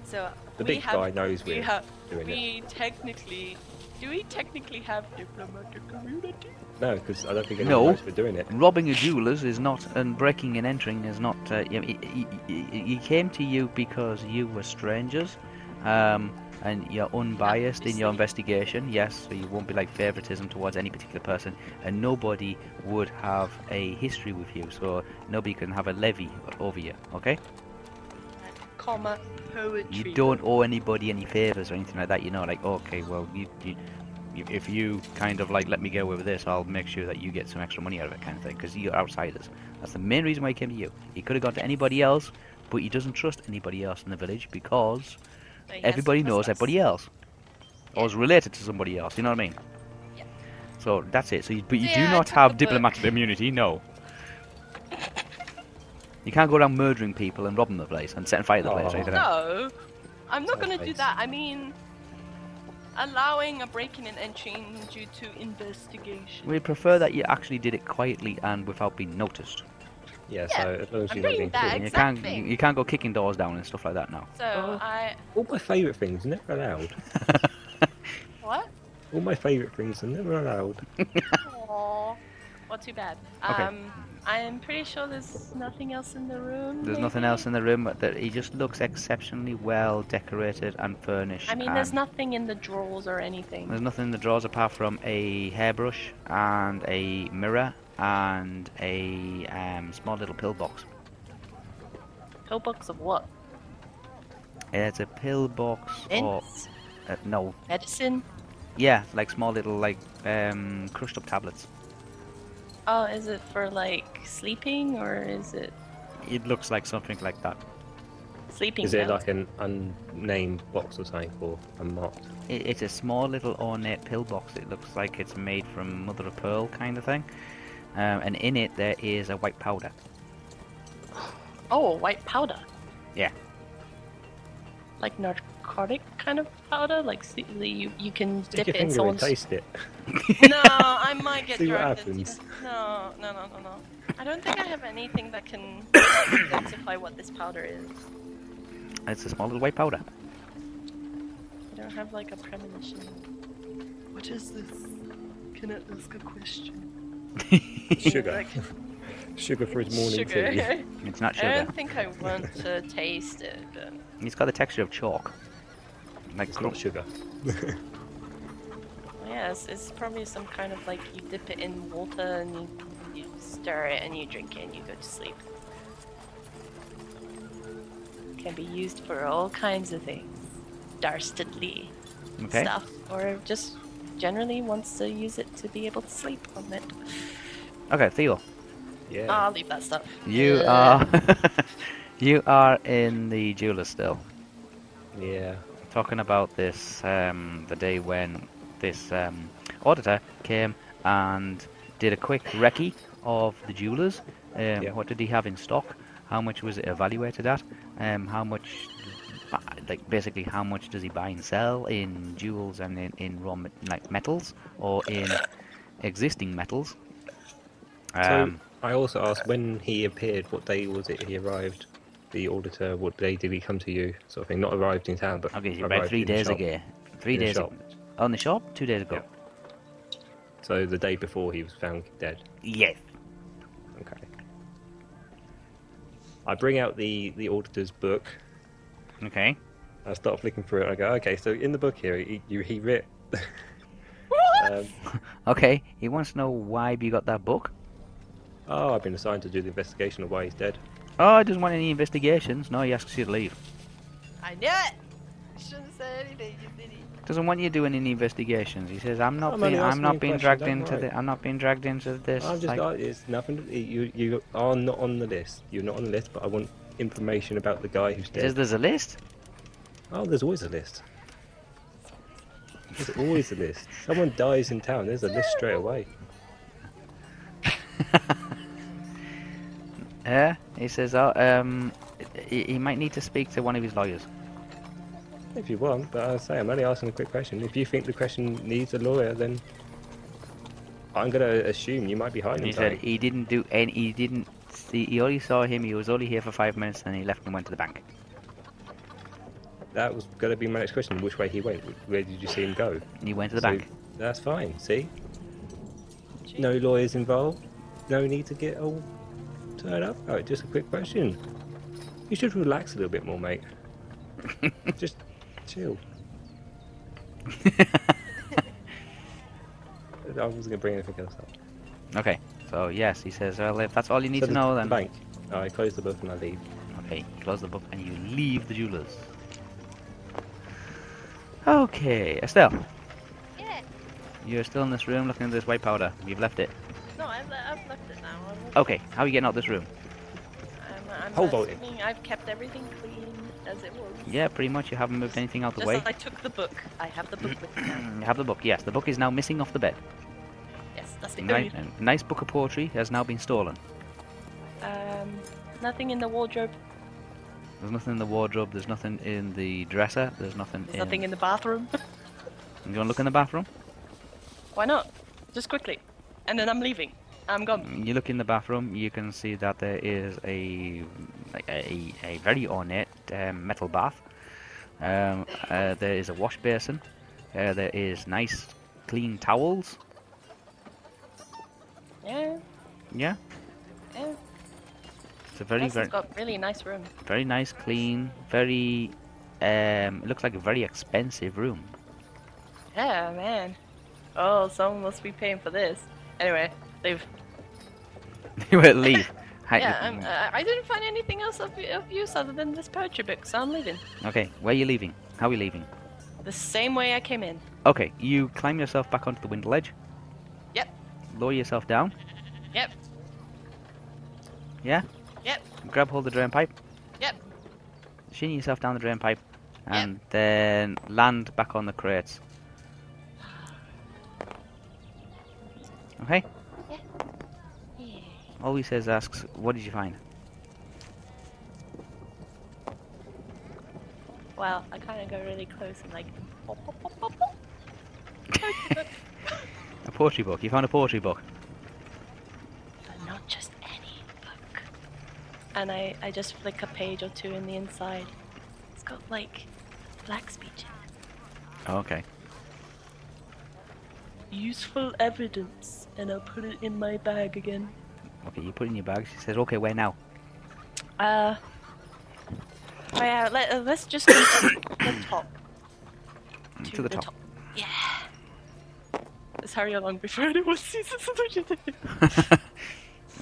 C: So
B: The
C: we
B: big
C: have,
B: guy knows
C: we
B: we're
C: have.
B: doing it.
C: We technically, do we technically have diplomatic community?
B: No, because I don't think anyone
A: No.
B: knows we're doing it.
A: Robbing a jeweler's is not, and breaking and entering is not. Uh, you know, he, he- he- he came to you because you were strangers, um, and you're unbiased in your
C: Obviously.
A: investigation. Yes, so you won't be like favoritism towards any particular person, and nobody would have a history with you, so nobody can have a levy over you. Okay?
C: comma poetry.
A: You don't owe anybody any favors or anything like that. You know, like okay, well, you, you, you- if you kind of like let me go with this, I'll make sure that you get some extra money out of it, kind of thing. Because you're outsiders. That's the main reason why he came to you. He could have gone to anybody else, but he doesn't trust anybody else in the village because
C: But he has
A: everybody
C: to
A: knows
C: trust us.
A: everybody else, or is related to somebody else. You know what I mean?
C: Yeah.
A: So that's it. So, you, but you
C: So
A: do
C: yeah, I
A: not
C: took the
A: have
C: book.
A: diplomatic immunity. No. You can't go around murdering people and robbing the place and setting fire to the
B: Aw.
A: place.
C: Oh.
A: or anything like that.
C: No, I'm not gonna do
B: Nice.
C: that. I mean, allowing a breaking and entering due to investigation.
A: We prefer that you actually did it quietly and without being noticed.
B: Yeah,
C: Yeah,
B: so as long as
C: I'm
B: you're not
C: doing
B: being
C: that.
B: caught.
A: And you can't you,
C: Exactly.
A: you can't go kicking doors down and stuff like that now.
C: So
B: Oh.
C: I
B: All my favourite things are never allowed.
C: what?
B: All my favourite things are never allowed.
C: Aww. Well, too bad.
A: Okay.
C: Um, I'm pretty sure there's nothing else in the room.
A: There's nothing
C: maybe?
A: else in the room but that he just looks exceptionally well decorated and furnished.
C: I mean, there's
A: and
C: nothing in the drawers or anything.
A: there's nothing in the drawers apart from a hairbrush and a mirror and a um, small little pillbox.
C: Pillbox of what?
A: It's a pillbox or
C: Mints?
A: uh, no,
C: Medicine?
A: yeah, like small little like um, crushed up tablets.
C: Oh, is it for like sleeping or is it
A: It looks like something like that.
C: sleeping?
B: Is it
C: pills?
B: like an unnamed box or something, or unmarked?
A: I- It's a small little ornate pillbox. It looks like it's made from mother of pearl kind of thing. Um, and in it there is a white powder.
C: Oh, white powder.
A: Yeah.
C: Like narcotic kind of powder, like s- the- you you can
B: Stick
C: dip
B: your
C: it in
B: finger and
C: someone's.
B: taste it.
C: no, I might get
B: See what
C: drugged. and-
B: happens.
C: No, no, no, no, no. I don't think I have anything that can identify what this powder is.
A: It's a small little white powder.
C: I don't have like a premonition. What is this? Can I ask a question?
B: Sugar.
C: Like,
B: Sugar for his morning
C: sugar.
B: tea.
A: It's not
C: I
A: sugar.
C: don't think I want to taste it, but
A: It's got the texture of chalk. Like
B: It's not
A: crunch.
B: sugar.
C: Yes, it's probably some kind of like you dip it in water and you, you stir it and you drink it and you go to sleep. Can be used for all kinds of things, dastardly
A: Okay.
C: stuff, or just generally wants to use it to be able to sleep on it.
A: Okay, Theo.
B: Yeah.
C: I'll leave that stuff.
A: You
C: Ugh.
A: are you are in the jeweler still.
B: Yeah.
A: Talking about this um, the day when this um, auditor came and did a quick recce of the jewelers. Um,
B: Yeah.
A: What did he have in stock? How much was it evaluated at? Um, how much, uh, like basically, how much does he buy and sell in jewels and in, in raw met- like metals or in existing metals? Um,
B: so I also asked when he appeared, what day was it he arrived? The auditor, what day did he come to you? Sort of thing. Not arrived in town, but
A: okay, so
B: arrived
A: about three
B: in the
A: days
B: shop.
A: ago. Three
B: In the
A: days
B: shop.
A: ag- on the shop, two days ago.
B: Yeah. So the day before he was found dead.
A: Yes.
B: Okay. I bring out the the auditor's book.
A: Okay.
B: I start flicking through it. I go, okay, so in the book here, he, you, he writ. um,
A: Okay. He wants to know why you got that book.
B: oh, I've been assigned to do the investigation of why he's dead.
A: Oh, he doesn't want any investigations. No, he asks you to leave.
C: I knew it. I shouldn't have said anything, you idiot.
A: Doesn't want you doing any investigations. He says, "I'm not
B: I'm
A: being,
B: only
A: I'm
B: asking
A: not
B: you
A: being
B: questions,
A: dragged
B: don't
A: into
B: worry.
A: the, I'm not being dragged into this."
B: I'm just,
A: like-
B: uh, it's nothing. To, you you are not on the list. You're not on the list, but I want information about the guy who's
A: He says,
B: dead.
A: "There's a list."
B: Oh, there's always a list. There's always a list. Someone dies in town, there's a list straight away.
A: Yeah. He says, "Oh, um, he, he might need to speak to one of his lawyers."
B: If you want, but I say I'm only asking a quick question. If you think the question needs a lawyer, then I'm gonna assume you might be hiding
A: he said
B: something.
A: he didn't do any. He didn't. See, he only saw him. He was only here for five minutes, and he left and went to the bank.
B: That was gonna be my next question. Which way he went? Wh- Where did you see him go?
A: And he went to the
B: So,
A: bank.
B: That's fine. See, no lawyers involved. No need to get all turned up. Oh, just a quick question. You should relax a little bit more, mate. just chill. I wasn't gonna bring anything else up.
A: Okay. So yes, he says, "Well, if that's all you need
B: So
A: to
B: the-
A: know,
B: the
A: then."
B: bank. I close the book and I leave.
A: Okay, close the book and you leave the jewelers. Okay, Estelle,
C: Yeah.
A: you're still in this room looking at this white powder. You've left it.
C: No, I've, le- I've left it now. I'm,
A: Okay, how are you getting out of this room?
C: I'm, I'm
B: Hold on.
C: assuming I've kept everything clean as it was.
A: Yeah, pretty much. You haven't moved anything out of the
C: Just
A: way.
C: as I took the book, I have the book with me now.
A: You have the book. Yes, the book is now missing off the bed.
C: Yes, that's the
A: Ni-
C: only.
A: a nice book of poetry has now been stolen.
C: Um, nothing in the wardrobe.
A: There's nothing in the wardrobe. There's nothing in the dresser. There's nothing
C: There's
A: in.
C: nothing in the bathroom.
A: You want to look in the bathroom?
C: Why not? Just quickly, and then I'm leaving. I'm gone.
A: You look in the bathroom. You can see that there is a like a, a very ornate um, metal bath. Um, uh, there is a wash basin. Uh, there is nice clean towels.
C: Yeah,
A: Yeah,
C: yeah.
A: it's a very
C: Nelson's
A: very
C: got really nice room.
A: very nice, clean, very. Um, it looks like a very expensive room.
C: Yeah, man. Oh, someone must be paying for this. Anyway, leave.
A: you will leave. Hi-
C: yeah, I'm, uh, I didn't find anything else of, of use other than this poetry book, so I'm leaving.
A: Okay, where are you leaving? How are you leaving?
C: The same way I came in.
A: Okay, you climb yourself back onto the window ledge.
C: Yep.
A: Lower yourself down.
C: Yep.
A: Yeah.
C: Yep.
A: Grab hold of the drain pipe.
C: Yep.
A: Shin yourself down the drain pipe,
C: Yep.
A: and then land back on the crates. Okay. All he says asks, "What did you find?"
C: Well, I kind of go really close and like. pop, pop, pop, pop, pop.
A: A poetry book. You found a poetry book.
C: But not just any book. And I, I just flick a page or two in the inside. It's got like black speech in
A: Okay.
C: it. Useful evidence, and I'll put it in my bag again.
A: Okay. You put it in your bag. She says, "Okay, where now?"
C: Uh. Oh yeah, let, uh, let's just go to the top.
A: Mm, To, the, top.
C: Yeah. Let's hurry along before anyone sees us.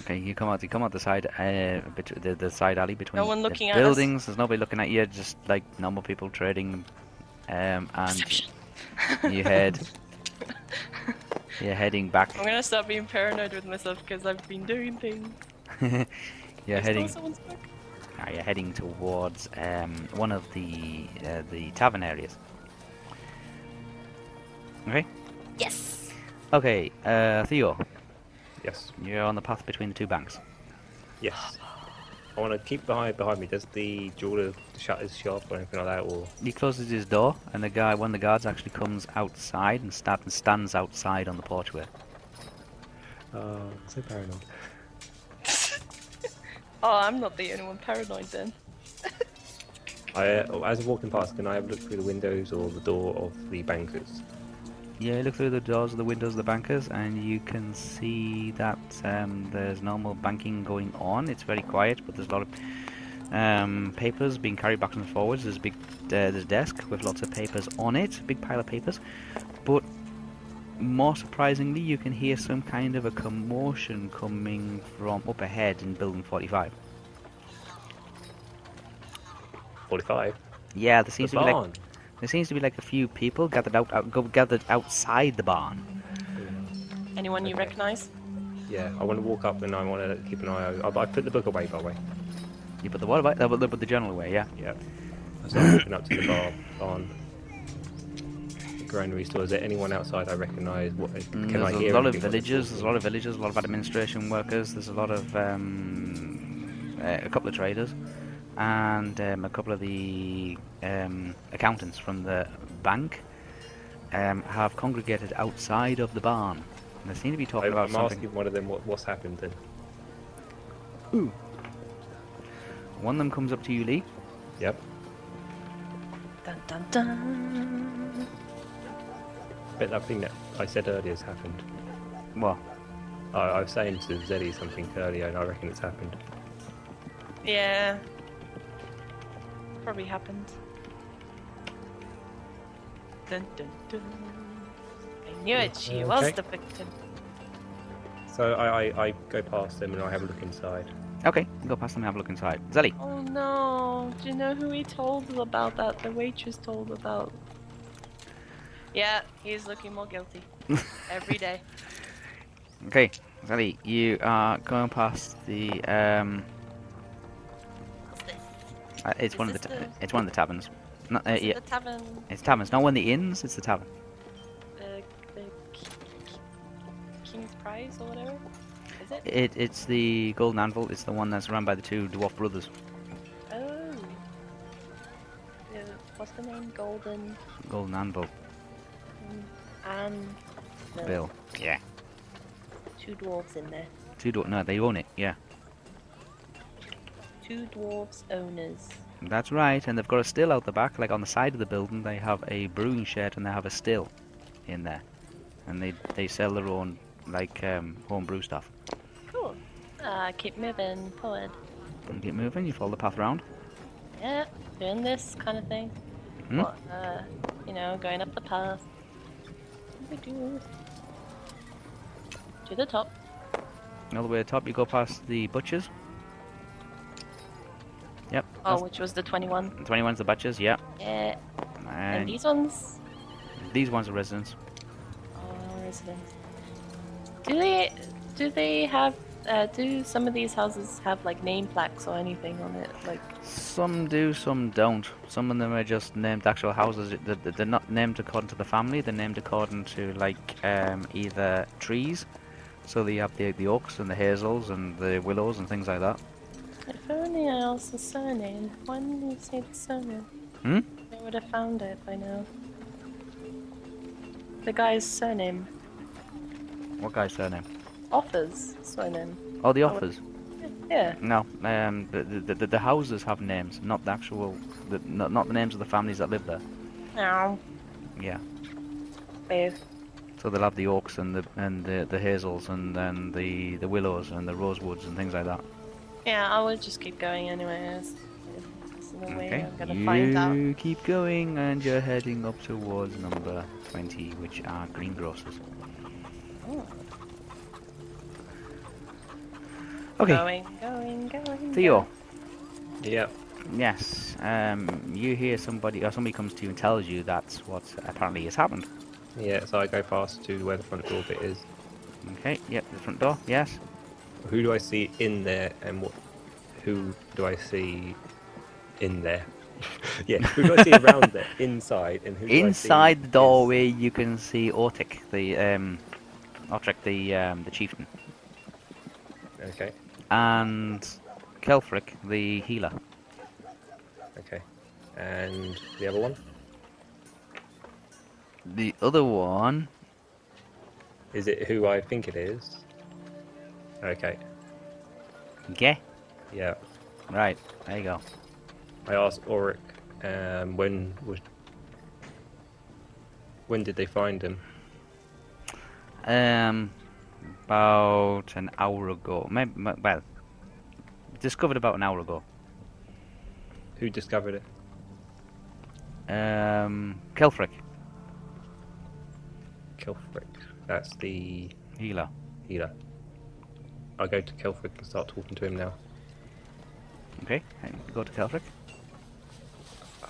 A: Okay. You come out. You come out the side. Uh, bet- the, the side alley between
C: one
A: the
C: looking at us.
A: buildings. There's nobody looking at you. Just like normal people trading. Um, and
C: Perception.
A: you head. You're heading back.
C: I'm gonna stop being paranoid with myself because I've been doing things.
A: you're
C: I stole
A: heading.
C: someone's book.
A: Now you're heading towards um, one of the uh, the tavern areas. Okay.
C: Yes.
A: Okay, uh, Theo,
B: Yes.
A: you're on the path between the two banks.
B: Yes. I want to keep the eye behind me. Does the jeweler shut his shop or anything like that? Or
A: He closes his door, and the guy, one of the guards, actually comes outside and, sta- and stands outside on the porchway.
B: oh, so paranoid.
C: Oh, I'm not the only one paranoid then.
B: I, uh, as I'm walking past, can I have a look through the windows or the door of the bankers?
A: Yeah, you look through the doors of the windows of the bankers, and you can see that um, there's normal banking going on. It's very quiet, but there's a lot of um, papers being carried backwards and forwards. There's a big uh, there's a desk with lots of papers on it, big pile of papers. But more surprisingly, you can hear some kind of a commotion coming from up ahead in Building 45.
B: 45.
A: Yeah, there seems
B: the
A: to be
B: barn.
A: like there seems to be like a few people gathered out, out go- gathered outside the barn.
C: Anyone you
B: Okay.
C: recognize?
B: Yeah, I want to walk up and I want to keep an eye. out. I, I put the book away, by the way.
A: You put the what about? They put the journal away. Yeah.
B: Yeah. So I'm walking up to the bar on the granary store. Is there anyone outside I recognise? What
A: Mm,
B: can I
A: there's
B: hear?
A: a
B: anything?
A: lot of
B: What they're
A: villagers. There's a lot
B: talking
A: of villagers. A lot of administration workers. There's a lot of um, uh, a couple of traders, and um, a couple of the um, accountants from the bank um, have congregated outside of the barn. And they seem to be talking
B: I,
A: about
B: I'm
A: something.
B: asking one of them what, what's happened. And
A: One of them comes up to you, Lee.
B: yep,
C: Dun dun dun.
B: but that thing that I said earlier has happened.
A: Well,
B: I, I was saying to Zeddy something earlier, and I reckon it's happened.
C: Yeah. Probably happened. Dun dun dun. I knew it. She
B: Uh,
C: was
B: okay.
C: the victim.
B: So I, I, I go past them and I have a look inside.
A: okay, go past them and have a look inside. Zelly,
C: Oh no! Do you know who he told about that? The waitress told about. Yeah, he's looking more guilty every day.
A: okay, Zelly, you are going past the. Um,
C: What's this?
A: uh, it's
C: Is
A: one of the.
C: this
A: Ta-
C: the-
A: it's one of the taverns. No, uh,
C: Is it
A: yeah,
C: The tavern.
A: it's taverns. Not one of the inns. It's the tavern.
C: The, the ki- ki- King's Prize or whatever. Is it?
A: It, it's the Golden Anvil. It's the one that's run by the two dwarf brothers,
C: Oh. The, what's the name? Golden
A: Golden Anvil,
C: and the
A: Bill. Yeah.
C: two dwarves in there.
A: Two dwarf. No, they own it. Yeah.
C: Two dwarves owners.
A: That's right. And they've got a still out the back, like on the side of the building. They have a brewing shed and they have a still in there, and they they sell their own like um, home brew stuff.
C: Cool. Uh, keep moving, forward.
A: Don't keep moving. You follow the path round.
C: Yeah, doing this kind of thing.
A: Hmm?
C: What, uh, you know, going up the path. What do we do? To the top.
A: All the way to the top. You go past the butchers. Yep.
C: Oh, which was the 21.
A: that's- 21's the butchers. Yep.
C: Yeah. And,
A: And
C: these ones
A: these ones are residents.
C: are residents. Do they, do they have, uh, do some of these houses have like name plaques or anything on it? Like,
A: Some do, some don't. Some of them are just named actual houses. Th- th- They're not named according to the family. They're named according to like um, either trees. So they have the the oaks and the hazels and the willows and things like that.
C: if only I asked the surname. Why didn't you say the surname?
A: Hmm?
C: I would have found it by now. The guy's surname.
A: What guy's surname?
C: Offers surname.
A: Oh, the
C: Oh,
A: offers.
C: Yeah.
A: No, um, the, the the the houses have names, not the actual, the, not not the names of the families that live there.
C: Now,
A: Yeah.
C: babe.
A: So they'll have the oaks and the and the, the hazels and then the the willows and the rosewoods and things like that.
C: Yeah, I would just keep going anyways. There's no way
A: Okay.
C: I'm gonna
A: you
C: find out.
A: keep going, and you're heading up towards number 20, which are greengrocers.
C: Oh.
A: Okay,
C: Going, going, going.
A: Theo.
C: going.
B: Yeah.
A: Yes. Um, you hear somebody, or somebody comes to you and tells you that's what apparently has happened.
B: Yeah, so I go past to where the front door bit is.
A: Okay. Yep. The front door. Yes.
B: Who do I see in there, and what? Who do I see in there? yeah, who do I see around there, inside, and who? do I see
A: Inside the
B: is-
A: doorway, you can see Ortic, the um, Otrek the um, the chieftain,
B: Okay,
A: and Kelfric the healer.
B: okay. And the other one
A: The other one,
B: is it who I think it is? Okay,
A: yeah,
B: yeah.
A: right there you go.
B: I asked Ulrich um, when was when did they find him?
A: Um, about an hour ago. Maybe, well, discovered about an hour ago.
B: Who discovered it?
A: Um, Kelfric,
B: Kilfrick. That's the
A: healer.
B: healer. I'll go to Kilfrick and start talking to him now.
A: Okay, and go to Kelfric.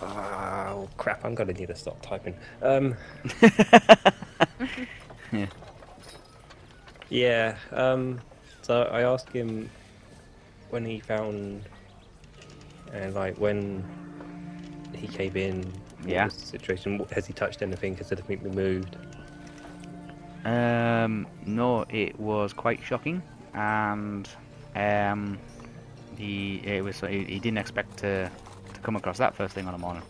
B: Oh crap! I'm gonna need to stop typing. Um,
A: yeah.
B: yeah. Um, so I asked him when he found and like when he came in. what
A: Yeah.
B: was the situation What- has he touched anything? Has anything been moved?
A: Um, no, it was quite shocking, and um, he it was he, he didn't expect to to come across that first thing on the morning.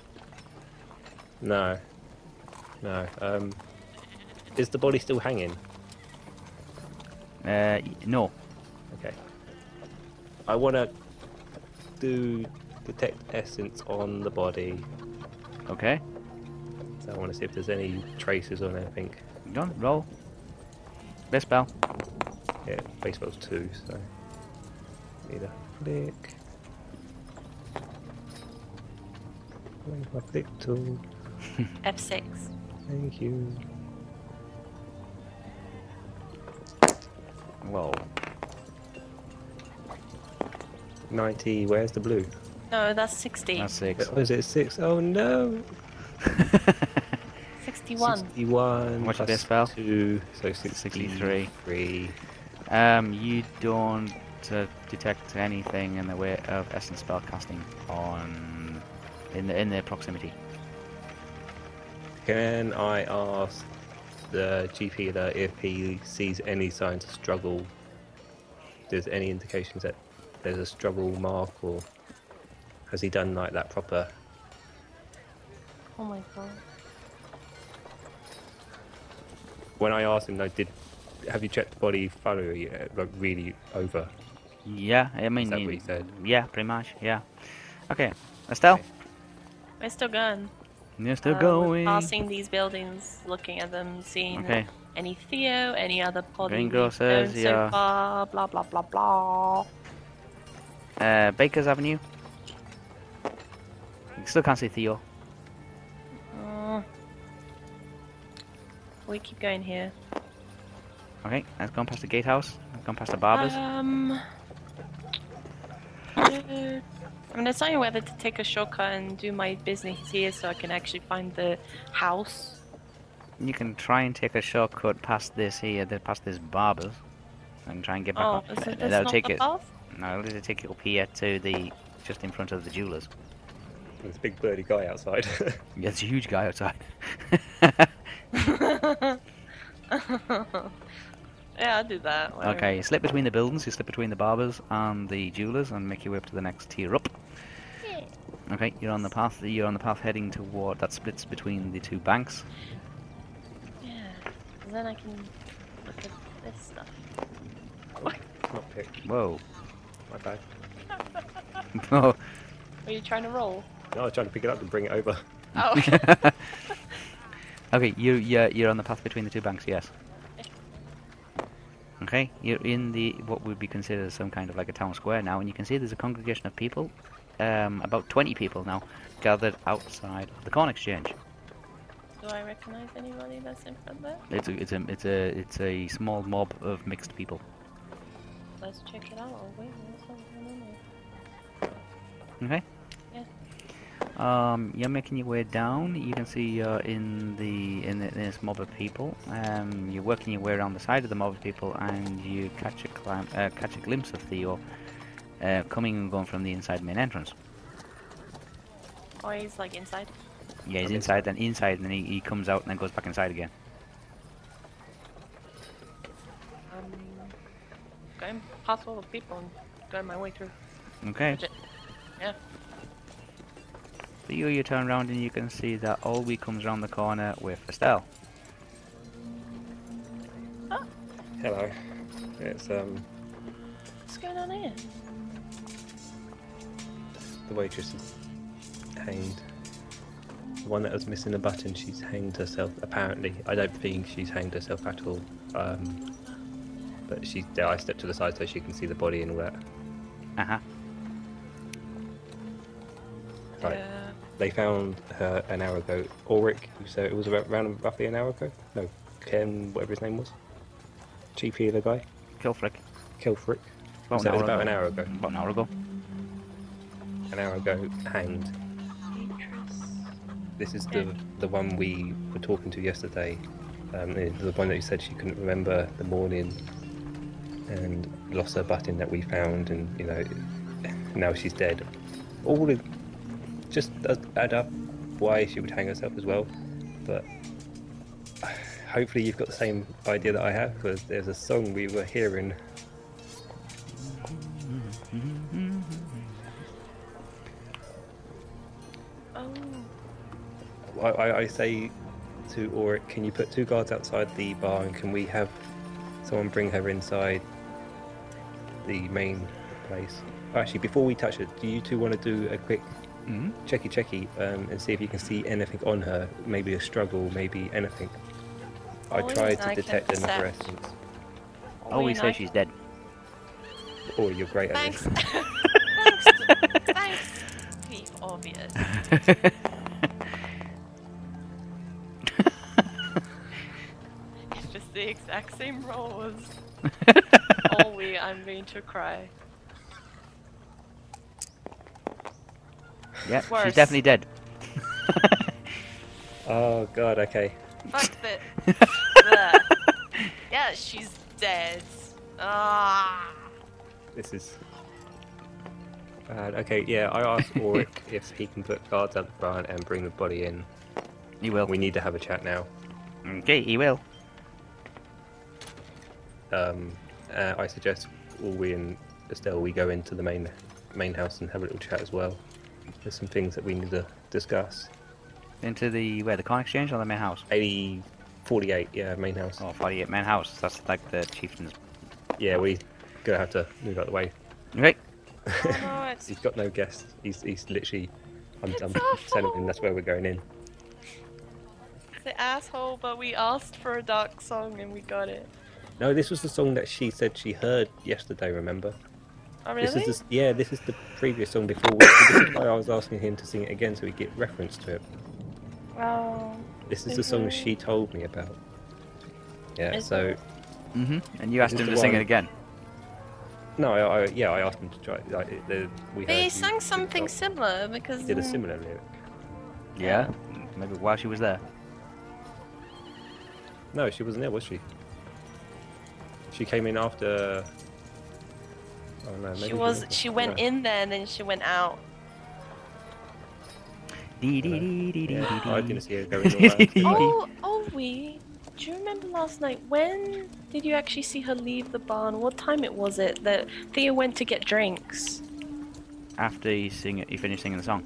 B: No. No. Um, is the body still hanging?
A: Uh, y- no,
B: Okay. I want to do detect essence on the body.
A: okay,
B: So I want to see if there's any traces or anything.
A: go on, roll. Best spell.
B: Yeah, baseball's two, so need a flick. Where's my flick tool?
C: F6.
B: Thank you.
A: Whoa.
B: 90, where's the blue?
C: No, that's 60.
A: That's six.
B: Oh, is it six? Oh no!
C: 61.
B: 61.
A: What's
B: plus
A: your best spell?
B: Two, so
A: 63.
B: 63.
A: um, you don't uh, detect anything in the way of essence spell casting on in the in their proximity.
B: Can I ask the chief healer if he sees any signs of struggle? There's any indications that there's a struggle mark, or has he done like that proper?
C: Oh my god.
B: When I asked him, though, did have you checked the body thoroughly, uh, like really over?
A: Yeah, I mean,
B: that
A: you-
B: what you said?
A: yeah, pretty much. Yeah. Okay, Estelle.
B: Okay.
C: We're still going.
A: You're still
C: Uh, we're
A: going.
C: Passing these buildings, looking at them, seeing
A: Okay.
C: any Theo, any other body we've
A: Gringo
C: known
A: says,
C: so
A: yeah.
C: far, blah blah blah blah.
A: Uh, Baker's Avenue. You Still can't see Theo.
C: Mm. We keep going here.
A: Okay, that's gone past the gatehouse. That's gone past the barbers.
C: Um, I am deciding whether to take a shortcut and do my business here so I can actually find the house.
A: you can try and take a shortcut past this here, then past this barbers, and try and get back.
C: Oh,
A: up.
C: is it,
A: Uh,
C: that's
A: that'll
C: not
A: take
C: the
A: it.
C: path?
A: No, it'll take it up here to the just in front of the jewelers.
B: There's a big burly guy outside.
A: Yeah, it's a huge guy outside.
C: yeah, I'll do that. whatever.
A: okay, you slip between the buildings. You slip between the barbers and the jewelers, and make your way up to the next tier up. Okay, you're on the path. You're on the path heading toward that splits between the two banks.
C: Yeah. Then I can look at this stuff.
B: Not pick.
A: Whoa.
B: My bad.
A: Oh.
C: Are you trying to roll?
B: No, I was trying to pick it up and bring it over.
C: Oh.
A: okay, you you're, you're on the path between the two banks. Yes. Okay, you're in the what would be considered some kind of like a town square now, and you can see there's a congregation of people, um, about 20 people now, gathered outside of the corn exchange.
C: do I recognize anybody that's in front there?
A: It's a it's a it's a it's a small mob of mixed people.
C: Let's check it out. Oh, Wait, what's going on?
A: Okay.
C: Yeah.
A: Um, you're making your way down. You can see you're in the in, the, in this mob of people. Um, you're working your way around the side of the mob of people, and you catch a clim- uh, catch a glimpse of Theo uh, coming and going from the inside main entrance.
C: Oh, he's like inside.
A: Yeah, he's
B: Okay.
A: inside, then inside, and then he, he comes out and then goes back inside again.
C: Um, going past all the people and going my way through.
A: Okay.
C: That's it. Yeah.
A: For you, you turn around and you can see that Olwe comes around the corner with Estelle.
C: Oh,
B: Hello. It's um
C: What's going on here?
B: the waitress is hanged. The one that was missing the button, she's hanged herself. Apparently, I don't think she's hanged herself at all. Um, but she, I stepped to the side so she can see the body and all that.
A: Uh huh.
B: Right.
C: Yeah.
B: They found her an hour ago. Ulrich, so it was about around roughly an hour ago. No, Ken, whatever his name was, chief healer guy,
A: Kilfrick.
B: Kelfrick.
A: About,
B: So
A: an
B: it was about
A: hour ago.
B: an hour ago.
A: About an hour ago.
B: An hour ago, hanged. This is the the one we were talking to yesterday. Um, the the one that you said she couldn't remember the morning and lost her button that we found, and you know now she's dead. All of just does add up why she would hang herself as well, but hopefully you've got the same idea that I have because there's a song we were hearing.
C: Oh,
B: I, I, I say to Auric, can you put two guards outside the bar and can we have someone bring her inside the main place? Actually, before we touch her, do you two want to do a quick
A: Mm-hmm.
B: checky checky um, and see if you can see anything on her? Maybe a struggle, maybe anything. I
C: Oh,
B: tried
C: yes,
B: to
C: I can
B: detect another
C: percept.
B: essence.
A: Olwe
C: nice.
A: says Oh, she's dead.
B: Oh, you're great at
C: Thanks.
B: this.
C: Thanks. Thanks. Be obvious. If it's the exact same role as Ollie, I'm going to cry.
A: yeah, she's
C: worse.
A: definitely dead.
B: Oh, God, okay.
C: Fuck that. Ugh. yeah, she's dead. Ah.
B: This is. Bad. Okay, yeah, I asked Auric if he can put guards out the bar and bring the body in.
A: he will.
B: We need to have a chat now.
A: Okay, he will.
B: um, uh, I suggest all we and Estelle we go into the main main house and have a little chat as well. There's some things that we need to discuss.
A: Into the where the coin exchange or the main house?
B: 80, 48, yeah, main house.
A: Oh, 48 man house. That's like the chieftain's.
B: Yeah, we gonna have to move out the way.
A: Okay.
C: Oh no, it's
B: He's got no guests. He's he's literally. I'm,
C: It's
B: I'm
C: awful.
B: telling him that's where we're going in.
C: the asshole, but we asked for a dark song and we got it.
B: No, this was the song that she said she heard yesterday. Remember?
C: Oh really?
B: This is the, yeah. This is the previous song before. We, this is why I was asking him to sing it again so we get reference to it.
C: Oh.
B: This is the song
C: Mhm.
B: she told me about. Yeah.
C: Is
B: So
C: it?
A: hmm And you
B: This
A: asked
B: is
A: him
B: the
A: to sing it
B: one-
A: again.
B: No, I, I yeah, I asked him to try. Like, it- the, we heard
C: They
B: you
C: sang
B: did
C: something
B: not-
C: similar because
B: Did a similar lyric.
A: Yeah. Maybe while she was there.
B: No, she wasn't there, was she? She came in after. Oh no, maybe
C: she was.
B: wasn't.
C: She went
B: No.
C: in there and then she went out.
A: Dee
B: Hello.
A: dee dee dee dee
B: Yeah, Oh, I
A: dee.
B: didn't see her going all that.
C: oh, oh, we. Do you remember last night? When did you actually see her leave the barn? What time it was it that Thea went to get drinks?
A: After he sing it, he finished singing the song.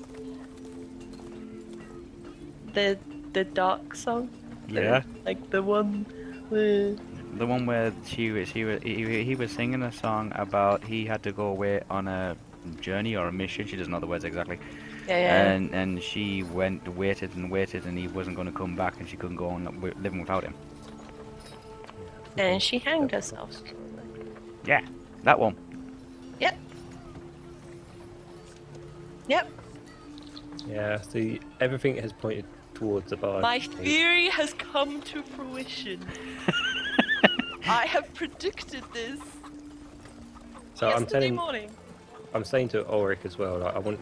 C: The the dark song,
B: Yeah.
C: like the one where
A: The one where she was, she was, he, he was singing a song about he had to go away on a journey or a mission. She doesn't know the words exactly.
C: yeah yeah.
A: And and she went, waited and waited, and he wasn't going to come back, and she couldn't go on wi- living without him.
C: and she hanged herself.
A: Yeah, that one.
C: Yep. Yep.
B: Yeah, see, everything has pointed towards the bar.
C: My theory has come to fruition. I have predicted this
B: So I'm
C: yesterday
B: telling,
C: morning.
B: I'm saying to Ulrich as well. Like, I want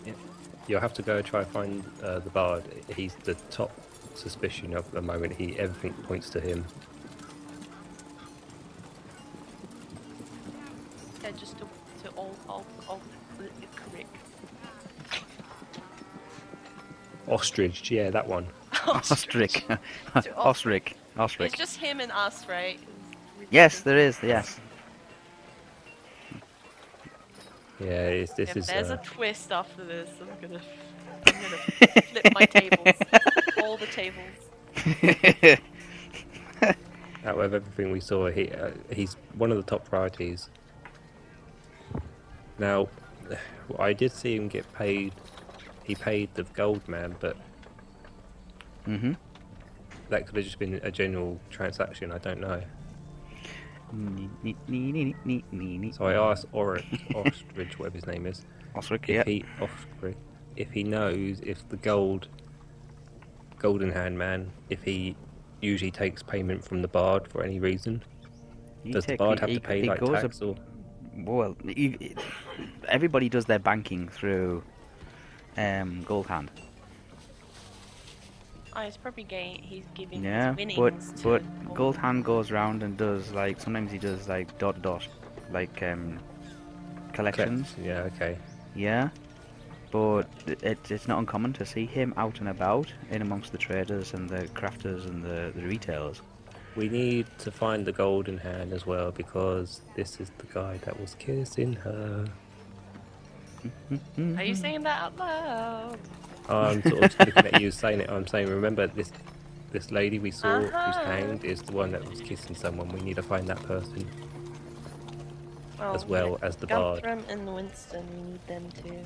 B: you'll have to go try and find uh, the bard. He's the top suspicion of the moment. He everything points to him.
C: Yeah, just to, to all, all, all the correct.
B: Ostrich, yeah, that one.
A: Ostrich.
C: To all-
A: Ostrich.
C: It's
A: Ostrich.
C: just him and us, right?
A: Yes, there is. Yes.
B: Yeah, it's, this
C: if
B: is.
C: there's
B: uh,
C: a twist after this, I'm gonna, I'm gonna flip my tables, all the tables.
B: out of everything we saw, he uh, he's one of the top priorities. Now, I did see him get paid. He paid the gold man, but
A: hmm
B: that could have just been a general transaction. I don't know. So I asked Oric, Ostrich, whatever his name is,
A: Osric,
B: if
A: yeah.
B: he Ostrich, if he knows if the gold golden hand man, if he usually takes payment from the bard for any reason.
A: He
B: Does the
A: take-
B: bard
A: he-
B: have
A: he-
B: to pay
A: he
B: like
A: goes ab-
B: tax or?
A: Well, you- everybody does their banking through um, Gold Hand.
C: Oh, it's probably gay. He's giving
A: Yeah,
C: his winnings
A: but
C: to
A: but
C: all-
A: Gold Hand goes round and does like sometimes he does like dot dot, like um, collections.
B: Collect- Yeah. Okay.
A: Yeah, but it, it's not uncommon to see him out and about in amongst the traders and the crafters and the, the retailers.
B: We need to find the golden hand as well because this is the guy that was kissing her.
C: Are you saying that out loud?
B: I'm sort of looking at you saying it. I'm saying, remember this this lady we saw who's
C: Uh-huh.
B: hanged is the one that was kissing someone. We need to find that person
C: Oh,
B: as well as the bard.
C: Guthrum and Winston, we need them too.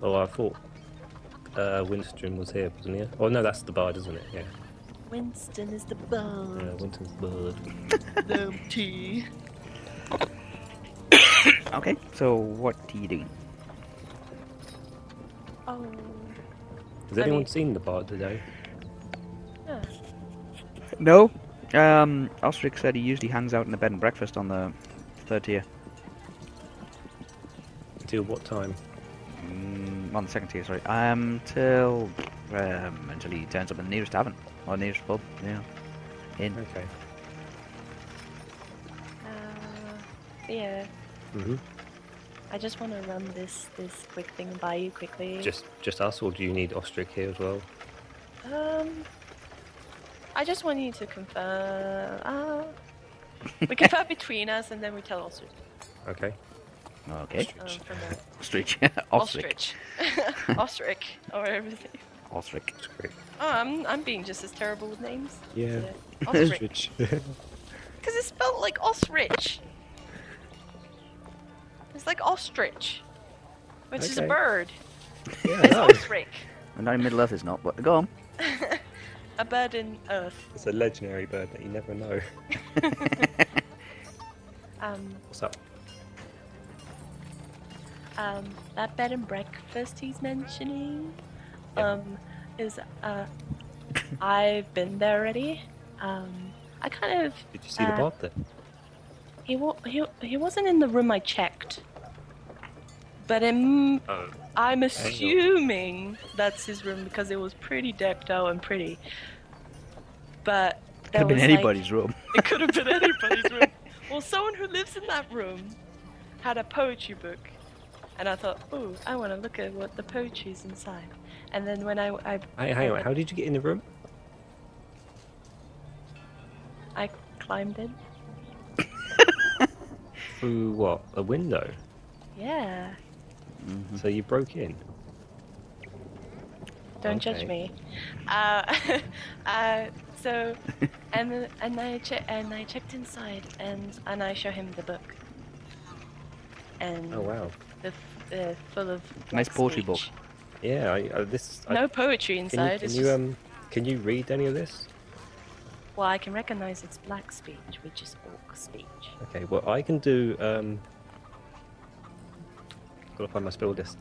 B: Oh, I thought uh, Winston was here, wasn't he? Oh no, that's the bard, isn't it? Yeah,
C: Winston is the
B: yeah
C: bard.
B: Winston's bard.
C: No tea.
A: Okay, so what are you doing?
C: Oh.
B: Has anyone seen the bard today?
C: Yeah.
A: No, um, Ostrich said he usually hangs out in the bed and breakfast on the third tier,
B: Till what time?
A: mm, on the second tier, sorry, um, till um, until he turns up in the nearest tavern or nearest pub. Yeah, in.
B: Okay.
C: Uh, yeah.
B: hmm
C: I just want to run this this quick thing by you quickly.
B: Just just us, or do you need Ostrich here as well?
C: Um, I just want you to confirm. Uh, we confirm between us, and then we tell ostrich.
B: Okay.
A: Okay,
C: Um, from there.
A: ostrich, ostrich,
C: ostrich. ostrich, or everything.
A: ostrich.
B: Ostrich.
C: Oh, I'm I'm being just as terrible with names.
B: Yeah.
C: today. Ostrich, because it's spelled like ostrich. It's like ostrich, which is
B: Okay.
C: a
B: Oh.
C: bird.
B: Yeah,
C: It's
B: no,
C: ostrich,
A: Not in Middle Earth, it's not. But go on.
C: a bird in earth.
B: It's a legendary bird that you never know.
C: Um,
B: What's up?
C: um, that bed and breakfast he's mentioning
B: Yeah.
C: um, is uh, I've been there already. Um, I kind of
B: Did you see
C: Uh,
B: the bard then?
C: he wa- he he wasn't in the room I checked, but I'm
B: Oh,
C: I'm assuming that's his room because it was pretty decked out and pretty. But
A: Could have been
C: was, like-
A: anybody's room.
C: it could have been anybody's room. Well, someone who lives in that room had a poetry book, and I thought, oh, I want to look at what the poetry's inside. And then when I, I,
B: hey, hang on. How did you get in the room?
C: I climbed in,
B: Through what? A window.
C: yeah,
A: Mhm.
B: So you broke in.
C: don't judge
B: Okay.
C: me. Uh, uh, so, and then- and I che- and I checked inside, and and I show him the book. And
B: Oh wow.
C: the f- uh, full of
A: Nice
C: like,
A: poetry book.
C: speech.
B: Yeah. I, I, this. I,
C: No poetry
B: can you,
C: inside.
B: can
C: it's
B: you
C: just-
B: um? Can you read any of this?
C: Well, I can recognize it's black speech, which is orc speech.
B: Okay. Well, I can do um. Gotta find my spell list.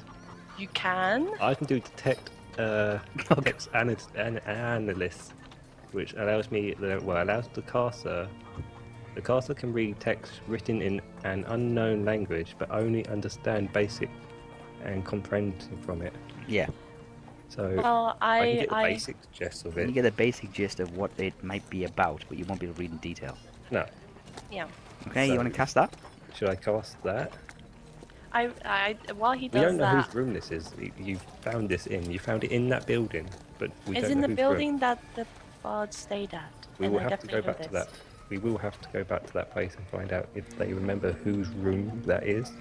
C: You can?
B: I can do detect uh
A: Oh, God.
B: text ana- an- analyst, which allows me the well allows the caster. The caster can read text written in an unknown language, but only understand basic and comprehend from it.
A: Yeah,
B: So
C: Well,
B: I,
C: Oh, I
B: can get the
C: I,
B: basic gist of
A: you
B: it.
A: get the basic gist of what it might be about, but you won't be able to read in detail.
B: No,
C: yeah.
A: Okay, you want to
B: So-
A: cast that?
B: should I cast that?
C: I, I while he
B: We
C: does
B: don't know
C: that,
B: whose room this is. You- You found this in. You found it in that building, but we
C: it's
B: don't know
C: in
B: whose
C: the
B: room.
C: building that the bard stayed at.
B: We
C: and
B: will
C: I
B: have to go
C: definitely know
B: back to
C: this.
B: that. we will have to go back to that place and find out if they remember whose room that is.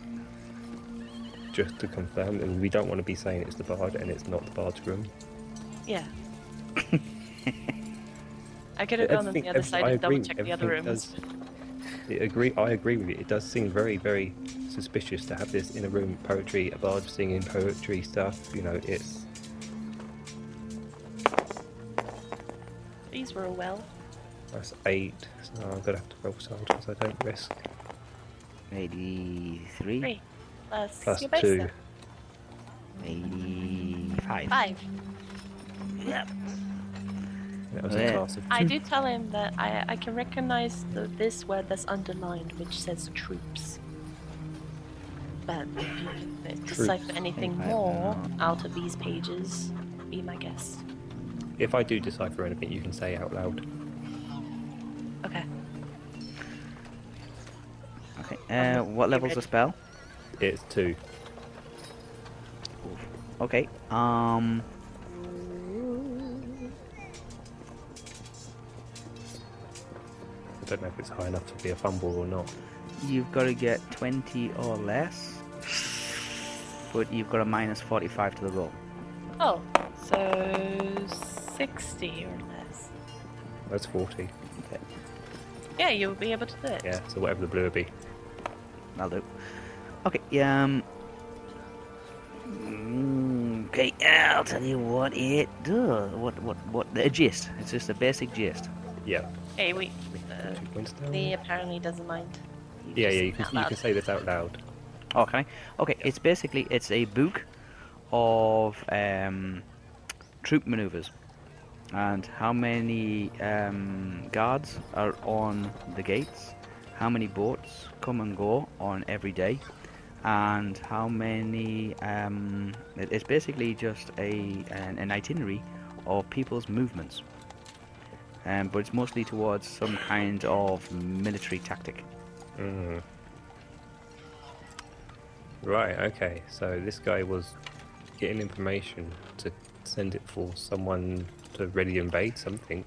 B: Just to confirm, and we don't want to be saying it's the bard and it's not the bard's room.
C: Yeah. I could have gone on
B: Everything-
C: the other
B: every-
C: side
B: I
C: and double
B: agree,
C: checked the other
B: everything
C: rooms.
B: does- I agree. I agree with you. It does seem very, very suspicious to have this in a room. Poetry, a bard singing poetry stuff. You know, it's
C: These were all well.
B: that's eight. So I'm gonna have to roll solid because I don't risk
A: Eighty-three.
C: Three. Plus,
B: plus
C: your base
B: two.
C: then.
A: Eighty-five.
C: Five. Yep.
B: That was a
A: Yeah.
B: class of
C: I
B: two.
C: do tell him that I, I can recognize the, this word that's underlined, which says troops. But if you can uh, decipher anything
A: Think I
C: more
A: know.
C: out of these pages, be my guest.
B: If I do decipher anything, you can say out loud.
C: Okay.
A: Okay. Uh, what level's the spell?
B: It's two.
A: Okay. Um.
B: I don't know if it's high enough to be a fumble or not.
A: You've got to get 20 or less, but you've got a minus 45 to the roll.
C: Oh, so 60 or less.
B: That's forty.
A: Okay,
C: Yeah, you'll be able to do it.
B: Yeah. So whatever the blue would be.
A: that'll do. Okay, yeah, um. mm, Okay, I'll tell you what it does. What, what, what? The gist. It's just a basic gist.
B: Yeah.
C: Hey, we. Uh,
B: Two points down.
C: Lee apparently doesn't mind.
B: Yeah,
A: just-
B: yeah. You can,
C: out
B: you
C: loud.
B: can say this out loud.
A: Oh, can I? Okay, it's basically it's a book of um, troop maneuvers and how many um, guards are on the gates, how many boats come and go on every day, and how many. Um, it- it's basically just a an, an itinerary of people's movements, um, but it's mostly towards some kind of military tactic.
B: Mm. Right, okay. So this guy was getting information to send it for someone to ready invade something.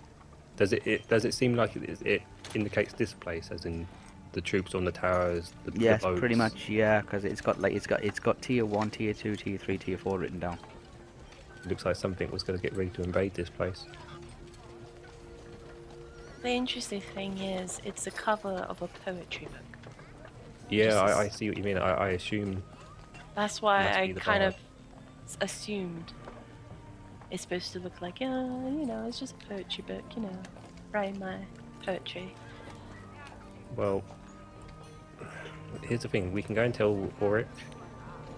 B: Does it, it does it seem like it, is- it indicates this place as in the troops on the towers, the, the
A: Yes, pretty
B: boats?
A: much. Yeah, because it's got like it's got it's got tier one, tier two, tier three, tier four written down.
B: It looks like something was going to get ready to invade this place.
C: The interesting thing is, it's a cover of a poetry book.
B: Yeah,
C: Just
B: I, I
C: as-
B: see what you mean. I, I assume
C: That's why
B: Must
C: I
B: be the
C: kind
B: bard.
C: of s- assumed it's supposed to look like, yeah, you know, it's just a poetry book, you know, write my poetry.
B: Well, here's the thing: we can go and tell Warwick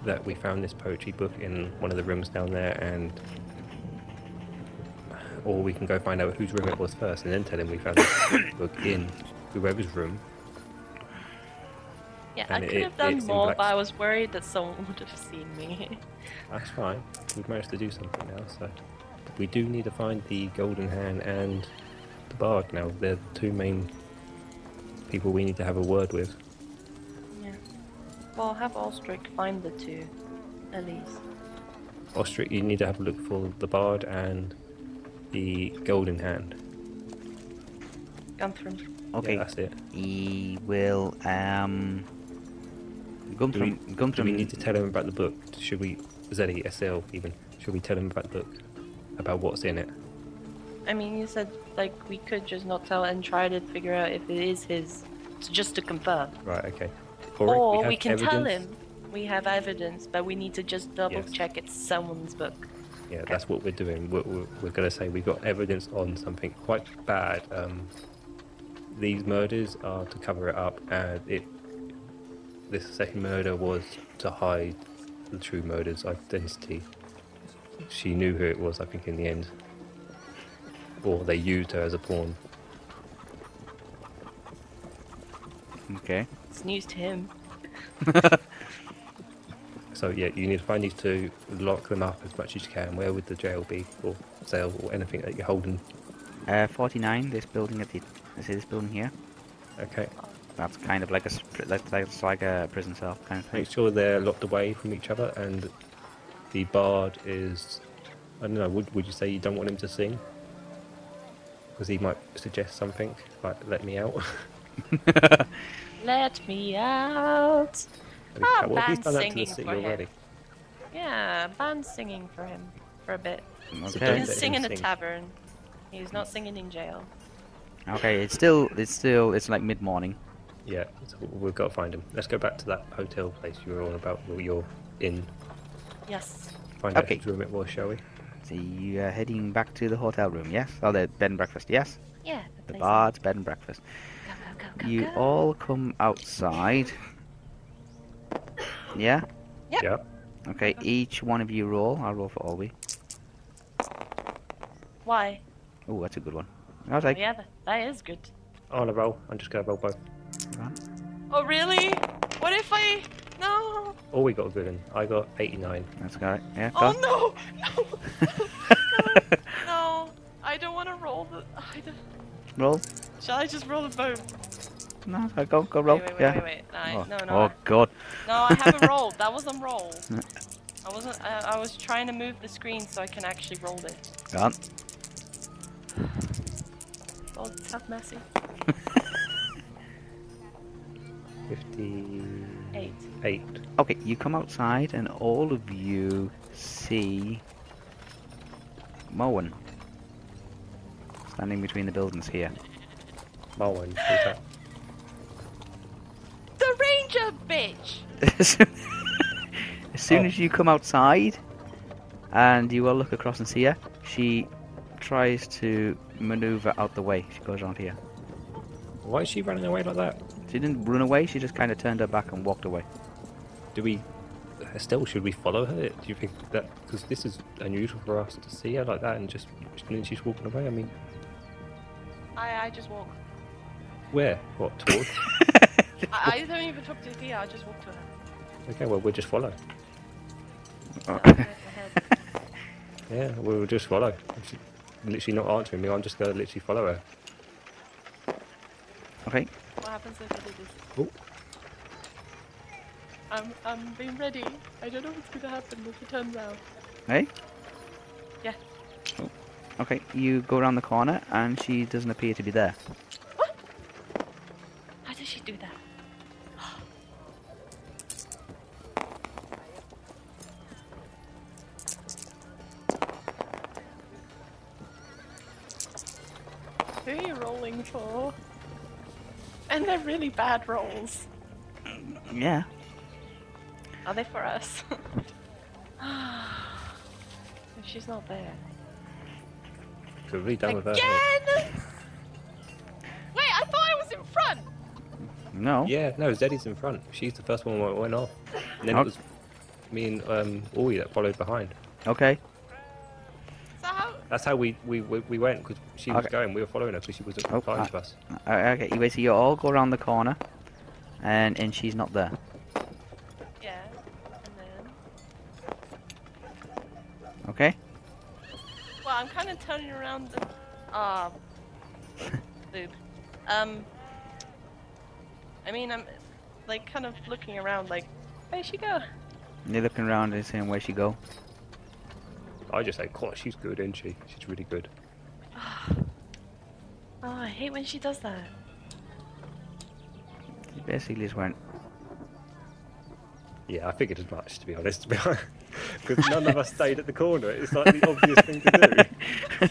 B: that we found this poetry book in one of the rooms down there, and or we can go find out whose room it was first, and then tell him we found this poetry book in whoever's room.
C: Yeah,
B: And
C: I
B: it-
C: could have done
B: it's in
C: more,
B: black-
C: but I was worried that someone would have seen me.
B: That's fine. We've managed to do something now, so we do need to find the Golden Hand and the Bard. Now they're the two main people we need to have a word with.
C: yeah. Well, have Alstrick find the two, at least.
B: Ostrich, you need to have a look for the Bard and the Golden Hand.
C: Gunther.
A: Okay,
B: Yeah, that's it.
A: he will. Um,
B: Do we,
A: Guntram,
B: do
A: Guntram,
B: we need to tell him about the book? Should we, Zeddy, SL even, should we tell him about the book? About what's in it?
C: I mean, you said, like, we could just not tell and try to figure out if it is his, t- just to confirm.
B: Right, okay.
C: Or
B: have
C: we can tell
B: evidence.
C: him we have evidence, but we need to just double
B: Yes.
C: check it's someone's book.
B: Yeah, that's what we're doing. We're, we're, we're going to say we've got evidence on something quite bad. Um, these murders are to cover it up, and it this second murder was to hide the true murder's identity. She knew who it was, I think, in the end. Or they used her as a pawn.
A: Okay,
C: It's news to him.
B: So yeah, you need to find these two, lock them up as much as you can. Where would the jail be, or cell, or anything that you're holding?
A: uh, forty-nine. This building at the, you see this building here.
B: Okay.
A: That's kind of like a, sp- like, like, it's like a prison cell kind of thing.
B: make sure they're locked away from each other and the bard is i don't know would, would you say you don't want him to sing because he might suggest something like "let me out."
C: Let me out.
B: But he
C: Ah,
B: can't- well, he's done that
C: band
B: to the
C: singing
B: city
C: for him.
B: already.
C: Yeah, ban singing for him for a bit.
A: Okay.
C: He's
B: let him
C: singing in a
B: sing.
C: tavern. He's not singing in jail.
A: Okay. It's still. It's still. It's like mid morning.
B: Yeah, so we've got to find him. Let's go back to that hotel place you were on about. Well, you're in.
C: Yes.
B: Find out
A: Okay.
B: whose room it was, shall we?
A: So you are heading back to the hotel room. Yes. Oh, the bed and breakfast. Yes.
C: Yeah.
A: The
C: place-
A: bard's bed and breakfast.
C: Go, go, go, go,
A: You
C: go.
A: all come outside. Yeah.
C: Yep.
B: Yeah.
A: Okay. Each one of you roll. I'll roll for Olby.
C: Why?
A: Oh, that's a good one. I was
C: Oh,
A: like,
C: yeah, that, that is good.
B: I want to roll. I'm just gonna roll both.
C: Oh really? What if I? No.
B: Oh, we got a good one. I got 89.
A: that's all right. Yeah. Go
C: Oh
A: on.
C: no. No. No. I don't want to roll the. I don't...
A: roll.
C: Shall I just roll a bone?
A: No, it's all right, go go roll.
C: Wait, wait, wait,
A: yeah.
C: wait, wait. No, I-
A: oh,
C: no, no.
A: oh
C: I-
A: God.
C: No, I haven't rolled. That wasn't roll. I wasn't. I, I was trying to move the screen so I can actually roll it.
A: Go on.
C: Oh, it's tough, messy.
B: 58.
C: Eight.
A: Okay, you come outside and all of you see Moen standing between the buildings here.
B: Marwin, who's that?
C: The ranger bitch.
A: as soon
B: Oh.
A: as you come outside and you all look across and see her, she tries to maneuver out the way. She goes around here.
B: Why is she running away like that?
A: She didn't run away, she just kind of turned her back and walked away.
B: Do we. Estelle, should we follow her? Do you think that. Because this is unusual for us to see her like that and just. And then she's walking away. I mean,
C: I I just walk.
B: where? What? Towards?
C: I, I don't even talk to Thea. I just walk to her.
B: okay, well, we'll just follow.
A: Oh.
C: I nod my head.
B: Yeah, we'll just follow. If She's literally not answering me. I'm just going to literally follow her.
A: okay,
C: What happens if I do this?
B: Oh,
C: I'm I'm being ready. I don't know what's gonna happen if it turns out.
A: hey?
C: Yeah.
A: Oh. Okay, you go around the corner and she doesn't appear to be there.
C: How does she do that? Who are you rolling for? And they're really bad rolls.
A: Yeah.
C: Are they for us? If She's not there.
B: could be done with her.
C: Again! Wait, I thought I was in front!
A: No.
B: Yeah, no, Zeddy's in front. She's the first one that went off. And then
A: Oh.
B: it was me and um, Ori that followed behind.
A: Okay.
C: So how
B: That's how we we, we, we went because she was
A: Okay.
B: going. We were following her because she wasn't
A: Oh,
B: replying
A: I-
B: to us.
A: Uh, Okay, you basically you all go around the corner, and and she's not there.
C: Yeah. And then.
A: Okay.
C: Well, I'm kind of turning around the. Ah. boob. Um. I mean, I'm like kind of looking around, like, where'd she go?
A: And you're looking around and seeing where she go.
B: I just say, God, she's good, isn't she? She's really good.
C: Oh, I hate when she does that.
A: She basically just went.
B: Yeah, I figured as much to be honest. Because none of us stayed at the corner. It's like the obvious thing to do.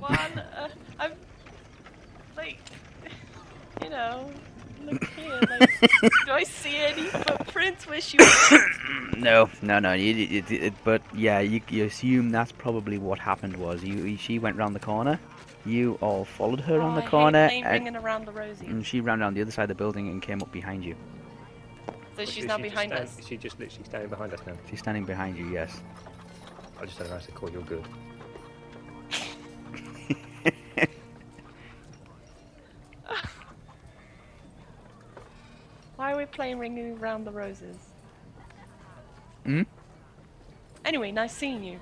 C: Well, I'm, uh, I'm like, you know, look here. Like, do I see any footprints where she was?
A: no, no, no. You, you, you- it- but yeah, you, you assume that's probably what happened was you you- she went round the corner, you all followed her around
C: Oh,
A: the
C: I hate
A: corner, Mm.
C: playing
A: and,
C: ringing around the rosy.
A: and she ran around the other side of the building and came up behind you.
C: So she's
B: Is
C: now
B: she just
C: behind
B: stand-
C: us.
B: is She just literally standing behind us now.
A: She's standing behind you. Yes.
B: I just said, I said, Cool, you're good.
C: Why are we playing Ringing Around the Roses?
A: Hmm?
C: Anyway, nice seeing you.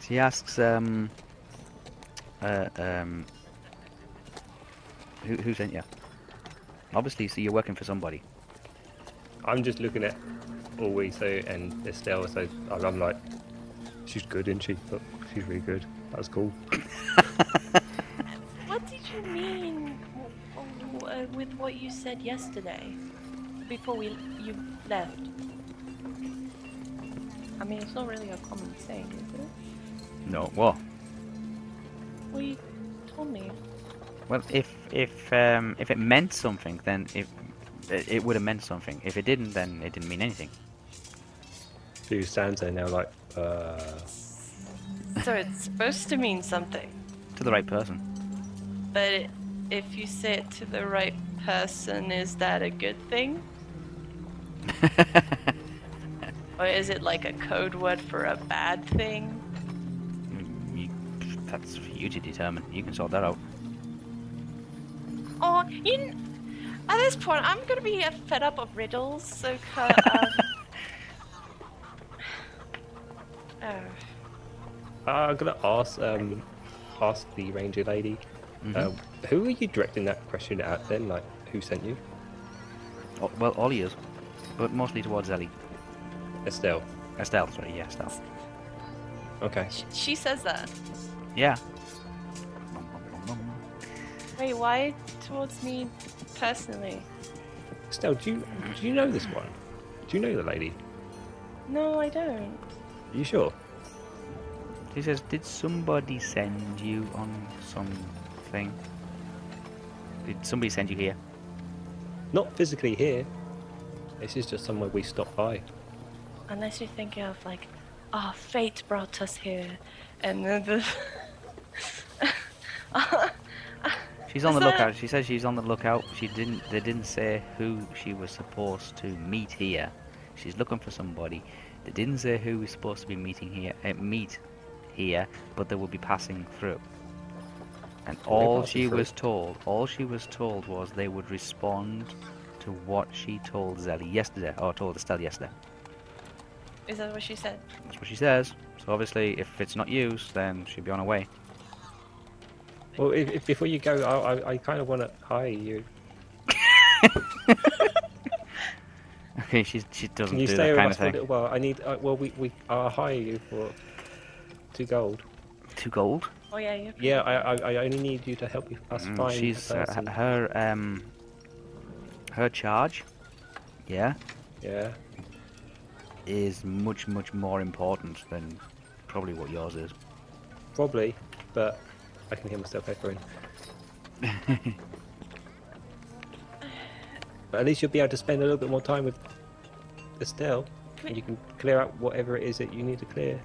A: she asks, um, uh, um, who, who sent you? Obviously, so you're working for somebody.
B: I'm just looking at Ori so and Estelle, so I'm like, she's good, isn't she? But She's really good. That was cool.
C: What did you mean w- w- uh, with what you said yesterday? Before we you left. I mean, it's not really a common saying, is it?
A: No, well,
C: Well, you told me.
A: well, if if um, if it meant something, then if it, it would have meant something. If it didn't, then it didn't mean anything.
B: She stands there now like, uh,
C: So it's supposed to mean something,
A: To the right person,
C: but it, if you say it to the right person, is that a good thing? Or is it like a code word for a bad thing?
A: You- that's for you to determine. You can sort that out.
C: Oh, you. kn- At this point, I'm gonna be uh, fed up of riddles, so. ca- Um, oh,
B: I'm gonna ask, um, ask the ranger lady, um, who are you directing that question at then? Like, who sent you?
A: O- Oh, well, Ollie is, but mostly towards Ellie.
B: Estelle.
A: Estelle, sorry, yeah, Estelle.
B: Okay.
C: sh- she says that.
A: Yeah.
C: Wait, why towards me personally?
B: Estelle, do you do you know this one? Do you know the lady?
C: No, I don't.
B: Are you sure?
A: She says, "Did somebody send you on something? Did somebody send you here?"
B: Not physically here. This is just somewhere we stop by.
C: Unless you're thinking of like, ah, fate brought us here, and then the.
A: She's on
C: Is
A: the
C: that-
A: lookout. She says she's on the lookout. She didn't. They didn't say who she was supposed to meet here. She's looking for somebody. They didn't say who was supposed to be meeting here. Uh, meet here, but they will be passing through. And
B: Will be
A: all
B: passing
A: she
B: through.
A: was told, all she was told was they would respond to what she told Zelly yesterday, or told Estelle yesterday.
C: Is that what she said?
A: That's what she says. So obviously, if it's not used, then she'll be on her way.
B: Well, if, if, before you go, I, I, I kind of want to hire you.
A: Okay, she she doesn't
B: Can you
A: do
B: stay
A: that
B: with
A: kind
B: us
A: of
B: for a
A: thing.
B: little while? I need. Uh, well, we we I'll hire you for two gold.
A: Two gold.
C: Oh yeah, you.
B: Yeah, I I, I only need you to help you- us
A: Mm,
B: find a
A: she's uh,
B: person.
A: h- her um her charge yeah
B: yeah.
A: is much much more important than probably what yours is
B: Probably, but I can hear myself echoing. but at least you'll be able to spend a little bit more time with Estelle, and you can clear out whatever it is that you need to clear.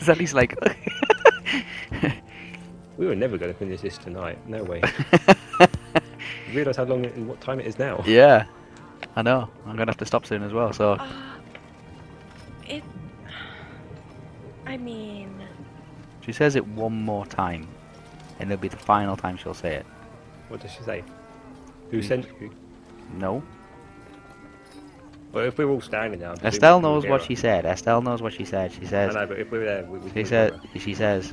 A: it's at least like
B: We were never going to finish this tonight. No way. you realise how long and what time it is now?
A: yeah i know i'm gonna have to stop soon as well so
C: Uh, it. I mean,
A: she says it one more time and it'll be the final time she'll say it
B: What does she say? Who
A: Mm.
B: sent you?
A: no
B: Well, if we were all standing now. presumably
A: estelle
B: we would
A: knows
B: hear
A: what
B: her.
A: she said estelle knows what she said she
B: I
A: says
B: know, but if we were there, we, we
A: She
B: would
A: says.
B: hear her.
A: She says.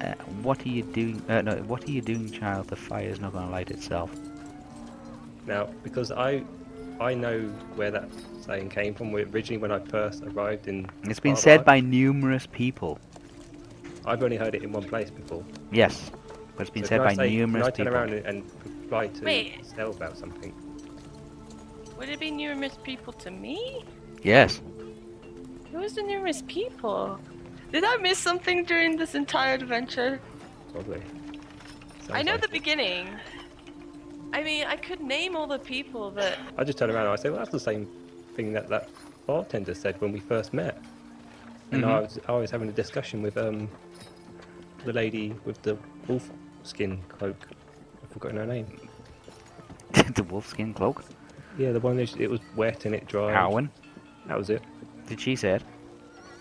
A: Uh, what are you doing? Uh, no, what are you doing, child? The fire's not going to light itself.
B: Now, because I, I know where that saying came from. Originally, when I first arrived in,
A: It's been
B: Barbara,
A: said by numerous people.
B: I've only heard it in one place before.
A: Yes, but it's been
B: So
A: said
B: can I
A: by
B: say-
A: numerous
B: Can I turn
A: people.
B: around and, and reply to
C: Wait.
B: Estelle about something?
C: would it be numerous people to me?
A: Yes,
C: Who is the numerous people? Did I miss something during this entire adventure?
B: Probably.
C: I
B: Sounds
C: know
B: like
C: the
B: it.
C: beginning. I mean, I could name all the people, but
B: I just turn around and I say, well, that's the same thing that that bartender said when we first met. And I
A: Mhm.
B: was I was having a discussion with um, the lady with the wolf skin cloak. I've forgotten her name.
A: the wolfskin cloak.
B: Yeah, the one that it was wet and it dried.
A: Cowan.
B: That was it.
A: Did she say it?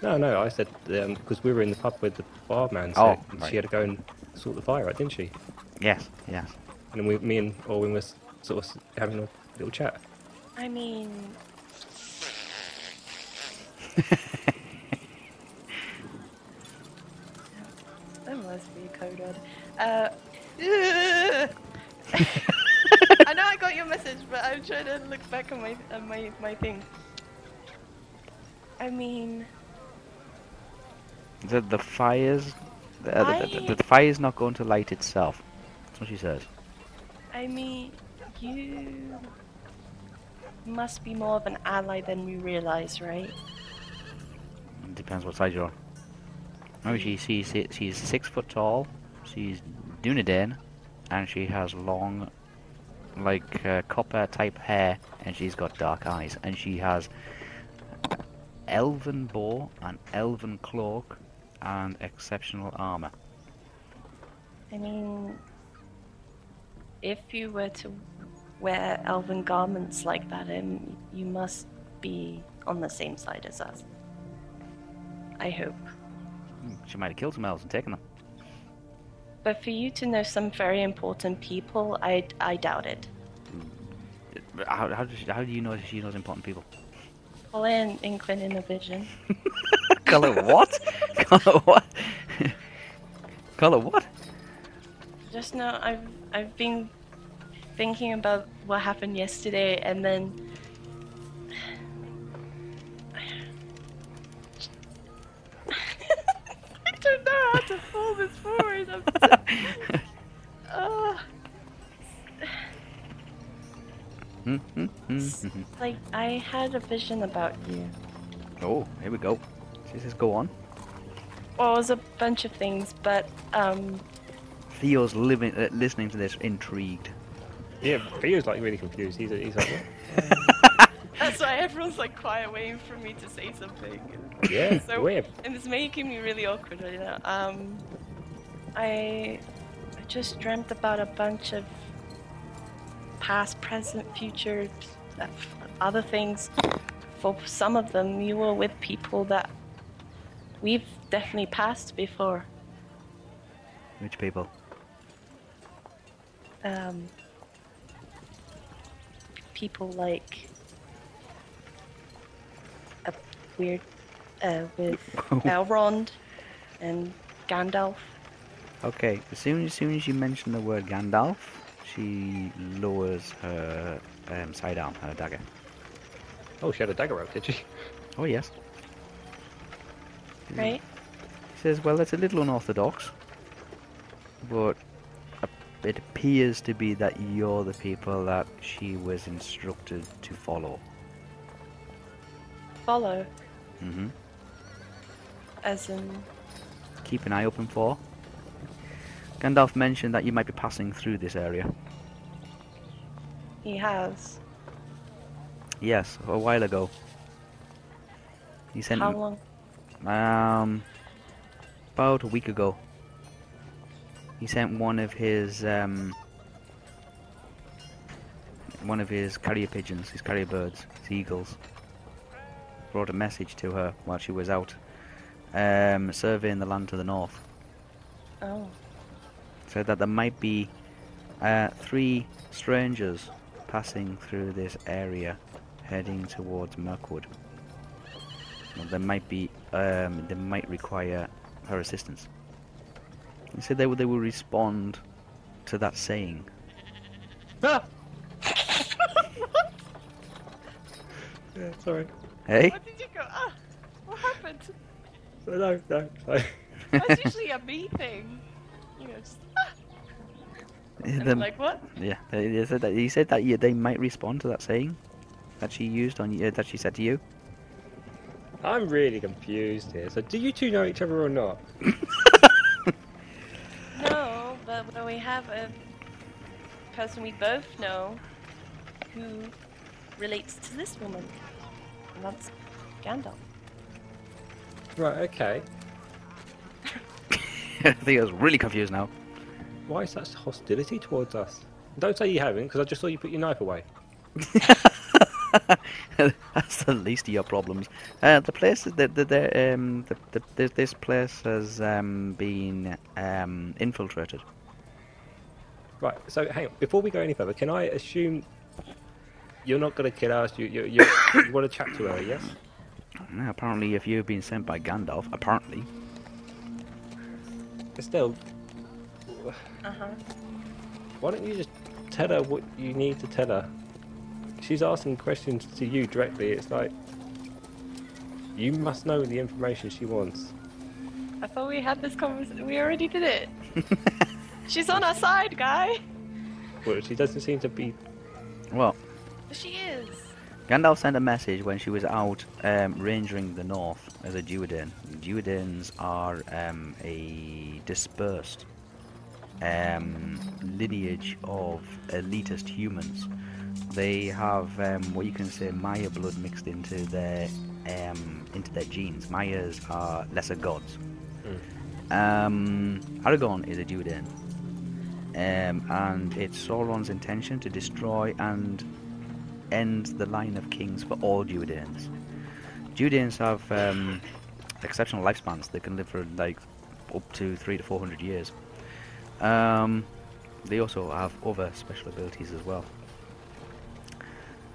B: No, no, I said because we were in the pub with the barman.
A: Oh,
B: said
A: right.
B: she had to go and sort the fire out, didn't she?
A: Yes. Yes.
B: And then we, me and Orwin was sort of having a little chat.
C: I mean, that must be code word. Uh, I know I got your message, but I'm trying to look back on my at my my thing. I mean,
A: The, the fire's. The, uh, the, the,
C: I-
A: the, the fire's not going to light itself. That's what she says.
C: I mean, you must be more of an ally than we realize, right?
A: It depends what side you're on. Remember, she, she's, si- she's six foot tall, she's Dunedain, and she has long, like, uh, copper type hair, and she's got dark eyes, and she has elven bow, an elven cloak, and exceptional armor.
C: I mean, if you were to wear elven garments like that, um, you must be on the same side as us. I hope.
A: Hmm, She might have killed some elves and taken them.
C: But for you to know some very important people, I, I doubt it.
A: But How, how, does she, how do you know she knows important people?
C: Well, in Inquin in a vision.
A: Color what? Color what? Color what?
C: Just know I've I've been thinking about what happened yesterday, and then I don't know how to pull this forward. I'm so, uh,
A: Hmm, hmm, hmm, hmm, hmm.
C: like I had a vision about you.
A: Oh, here we go. She says, go on.
C: Well, it was a bunch of things, but um,
A: Theo's living, uh, listening to this intrigued.
B: Yeah, Theo's like really confused. He's, he's like, "What?"
C: that's why everyone's like quiet, waiting for me to say something.
B: yeah,
C: So-
B: weird.
C: And it's making me really awkward right now. Um, I, I just dreamt about a bunch of past, present, future, uh, other things. For some of them, you were with people that we've definitely passed before.
A: Which people?
C: Um, people like a weird uh, with Elrond and Gandalf.
A: Okay, as soon as soon as you mention the word Gandalf, she lowers her um, sidearm, her dagger.
B: Oh, she had a dagger out, did she?
A: Oh yes.
C: Right?
A: She says, well, that's a little unorthodox, but a- it appears to be that you're the people that she was instructed to follow.
C: Follow.
A: hmm
C: As in,
A: Keep an eye open for. Gandalf mentioned that you might be passing through this area.
C: he has.
A: Yes, a while ago. He sent
C: How
A: m-
C: long?
A: um about a week ago. He sent one of his um one of his carrier pigeons, his carrier birds, his eagles. Brought a message to her while she was out um, surveying the land to the north.
C: Oh,
A: Said that there might be uh, three strangers passing through this area, heading towards Mirkwood. Well, There might be, um, they might require her assistance. He said they will, they will respond to that saying.
B: Ah! yeah, sorry.
A: Hey,
C: what did you go? Ah, what happened?
B: No, no, sorry.
C: That's usually a me thing. You know, just ah, and
A: Them-
C: I'm like what?
A: yeah, they, they said that he said that yeah, they might respond to that saying that she used on you, that she said to you.
B: I'm really confused here. So, do you two know each other or not?
C: No, but when we have a person we both know who relates to this woman, and that's Gandalf.
B: Right, okay.
A: Theo's really confused now.
B: Why is such hostility towards us? Don't say you haven't, because I just saw you put your knife away.
A: That's the least of your problems. Uh, the place, the, the, the, um, the, the, this- this place has um, been um, infiltrated.
B: Right, so hang on. Before we go any further, can I assume you're not going to kill us? You, you, you, you want to chat to her, yes?
A: Yeah, apparently, if you've been sent by Gandalf, apparently,
B: Estelle,
C: Uh huh.
B: why don't you just tell her what you need to tell her? She's asking questions to you directly. It's like, you must know the information she wants.
C: I thought we had this conversation. We already did it. She's on our side, guy.
B: Well, she doesn't seem to be.
A: Well,
C: She is.
A: Gandalf sent a message when she was out um, rangering the north as a Duodin. Duodins are um, a dispersed um, lineage of elitist humans. They have um, what you can say Maya blood mixed into their um, into their genes. Mayas are lesser gods. Um, Aragorn is a Duodin, um, and it's Sauron's intention to destroy and end the line of kings for all Duodins. Duodins have um, exceptional lifespans; they can live for like up to three to four hundred years. Um, they also have other special abilities as well.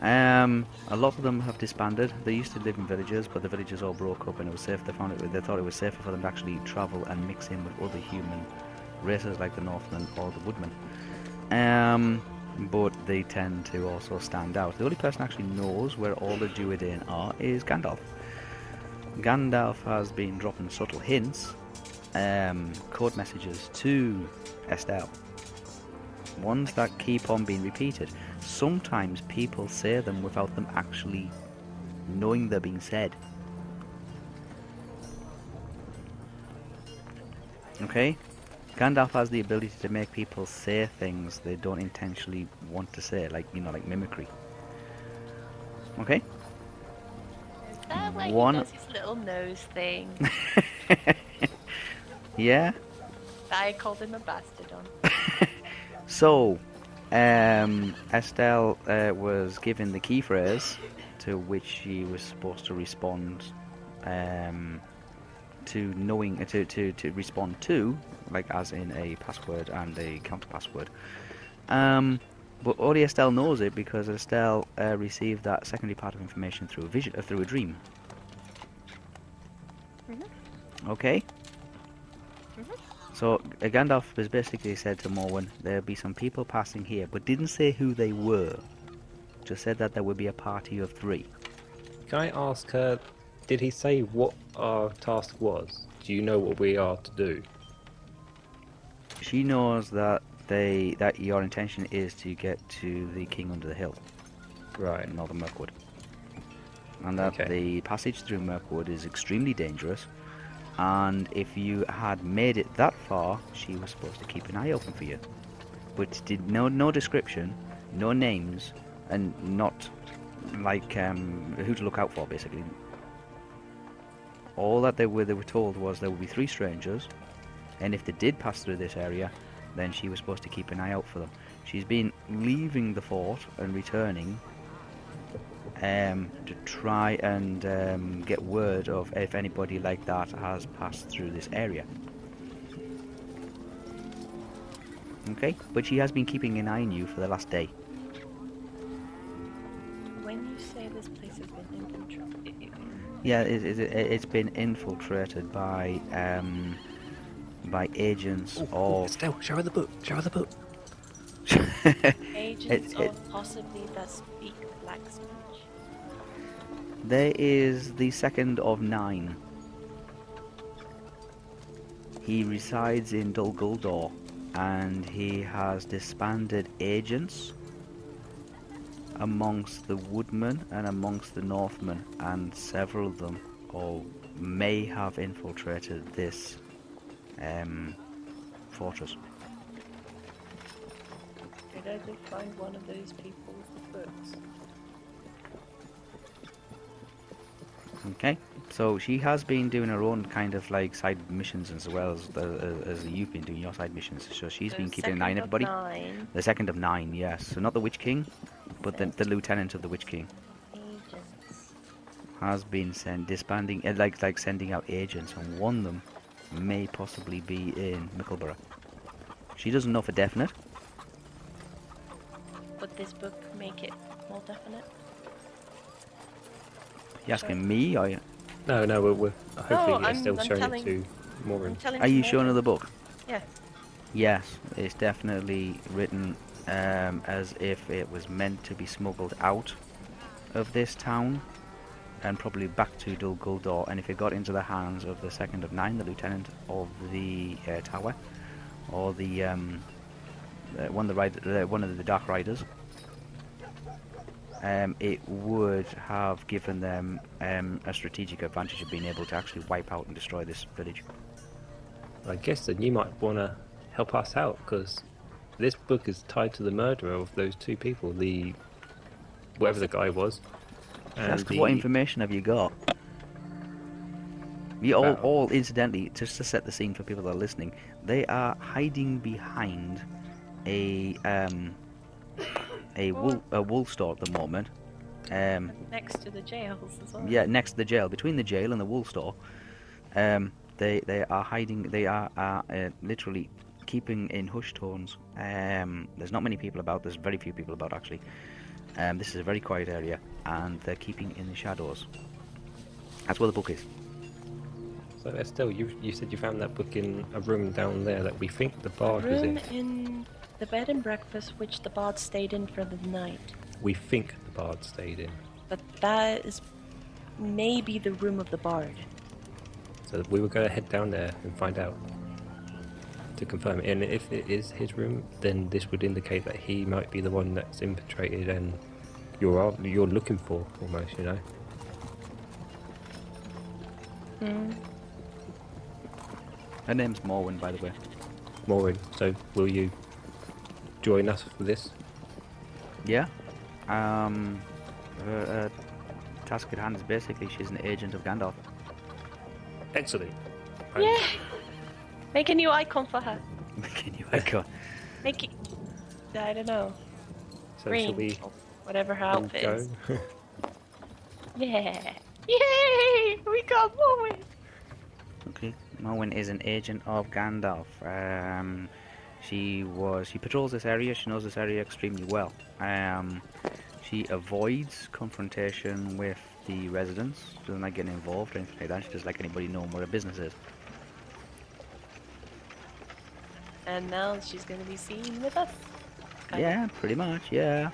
A: Um, a lot of them have disbanded. They used to live in villages, but the villages all broke up, and it was safe. They found it. They thought it was safer for them to actually travel and mix in with other human races like the Northmen or the Woodmen. Um, but they tend to also stand out. The only person actually knows where all the Duodane are is Gandalf. Gandalf has been dropping subtle hints, um, code messages to Estelle. Ones that keep on being repeated. Sometimes people say them without them actually knowing they're being said. Okay? Gandalf has the ability to make people say things they don't intentionally want to say, like, you know, like mimicry. Okay?
C: Is that why
A: One-
C: he does his little nose thing?
A: yeah?
C: I called him a bastardon.
A: So, um, Estelle uh, was given the key phrase to which she was supposed to respond um, to knowing uh, to, to to respond to, like as in a password and a counter password. Um, but only Estelle knows it because Estelle uh, received that secondary part of information through a vision, uh, through a dream. Okay. So uh, Gandalf was basically said to Morwen, there'll be some people passing here, but didn't say who they were. Just said that there would be a party of three.
B: Can I ask her? Did he say what our task was? Do you know what we are to do?
A: She knows that they that your intention is to get to the King Under the Hill
B: Right.
A: in northern Mirkwood, and that
B: Okay.
A: the passage through Mirkwood is extremely dangerous. And if you had made it that far, she was supposed to keep an eye open for you, but did no no description, no names, and not like um, who to look out for basically. All that they were they were told was there would be three strangers, and if they did pass through this area, then she was supposed to keep an eye out for them. She's been leaving the fort and returning um, to try and um, get word of if anybody like that has passed through this area. Okay, but she has been keeping an eye on you for the last day.
C: When you say this place has been infiltrated,
A: Yeah, it, it, it, it's been infiltrated by um, by agents of
B: Oh, Estelle, show her the book. Show her the book.
C: agents
A: it-
C: of possibly that speak black speech.
A: There is the second of nine. He resides in Dol Guldur, and he has disbanded agents amongst the woodmen and amongst the Northmen, and several of them all may have infiltrated this um, fortress.
C: Did I just find one of those people with the books?
A: Okay, so she has been doing her own kind of like side missions as well as as, as you've been doing your side missions. So she's
C: So
A: been keeping an eye on
C: second of
A: everybody.
C: Nine
A: The second of nine, yes. So not the Witch King, but the, the lieutenant of the Witch King
C: agents.
A: has been sent disbanding, uh, like like sending out agents, and one of them may possibly be in Mickleborough. She doesn't know for definite.
C: Would this book make it more definite?
A: You asking me? Or you-
B: No, no. We're, we're hopefully
C: Oh, I'm-
B: Estelle
C: I'm
B: showing
C: telling-
B: it to Morin.
C: I'm telling
A: are you
C: more
A: sure
C: than-
A: another book?
C: Yeah.
A: Yes, it's definitely written um, as if it was meant to be smuggled out of this town and probably back to Dol Guldur. And if it got into the hands of the second of nine, the lieutenant of the uh, tower, or the um, uh, one of the ride, uh, one of the Dark Riders, um, it would have given them um, a strategic advantage of being able to actually wipe out and destroy this village.
B: I guess then you might want to help us out because this book is tied to the murderer of those two people, the whatever the guy was. and
A: Ask what
B: the-
A: information have you got? We all,
B: Well-
A: all incidentally, just to set the scene for people that are listening, they are hiding behind a um, a wool a wool store at the moment. Um,
C: Next to the jails as well.
A: yeah, next to the jail, between the jail and the wool store. Um, they they are hiding. They are, are uh, literally keeping in hush tones. Um, there's not many people about. There's very few people about actually. Um, this is a very quiet area, and they're keeping in the shadows. That's where the book is.
B: So Estelle, you you said you found that book in a room down there that we think the bard was
C: Room
B: in.
C: in the bed and breakfast, which the bard stayed in for the night.
B: We think the bard stayed in.
C: But that is maybe the room of the bard.
B: So we were going to head down there and find out to confirm. it. And if it is his room, then this would indicate that he might be the one that's infiltrated and you're af- you're looking for almost, you know.
A: Her name's Morwen, by the way.
B: Maureen, so will you join us for this?
A: Yeah. Um, her uh, task at hand is basically she's an agent of Gandalf.
B: Excellent. I'm-
C: Yeah. Make a new icon for her.
A: Can you echo?
C: Make it. I don't know.
B: So
C: Green.
B: shall we
C: or Whatever her
B: all
C: outfit
B: go?
C: is. Yeah. Yay! We got Morwen!
A: Okay. Mowen is an agent of Gandalf. Um, she was she patrols this area. She knows this area extremely well. Um, she avoids confrontation with the residents. Doesn't like getting involved or anything like that. She doesn't like anybody knowing what her business is.
C: And now she's gonna be seen with us. Kinda.
A: Yeah, pretty much. Yeah.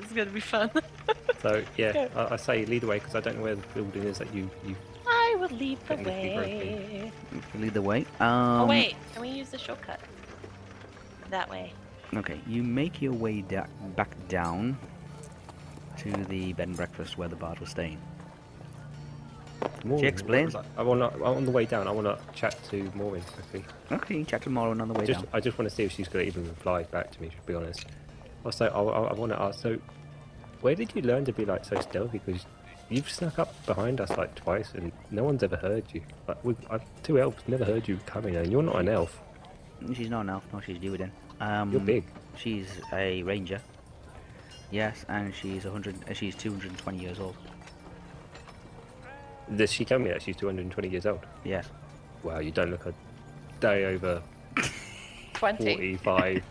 C: It's gonna be fun.
B: so yeah,
C: Go.
B: I, I say lead away because I don't know where the building is that you you.
C: I will lead the
B: That would be great,
C: way.
A: You lead the way. Um,
C: oh wait, can we use the shortcut? That way.
A: Okay. You make your way da- back down to the bed and breakfast where the bard was staying.
B: Maureen,
A: explain?
B: what was I, I wanna on the way down. I wanna chat to Maureen quickly.
A: Okay. You chat to Morwen on the way
B: just,
A: down.
B: I just want to see if she's going to even reply back to me. To be honest. Also, I, I, want to ask. So, where did you learn to be like so stealthy? Because you've snuck up behind us like twice, and no one's ever heard you. Like, we, I, two elves never heard you coming, and you're not an elf.
A: She's not an elf. No, she's Dewey then. Um,
B: You're big.
A: She's a ranger. Yes, and she's 100. uh, She's 220 years old.
B: Does she tell me that she's 220 years old?
A: Yes.
B: Wow, you don't look a day over
C: Twenty.
B: 45.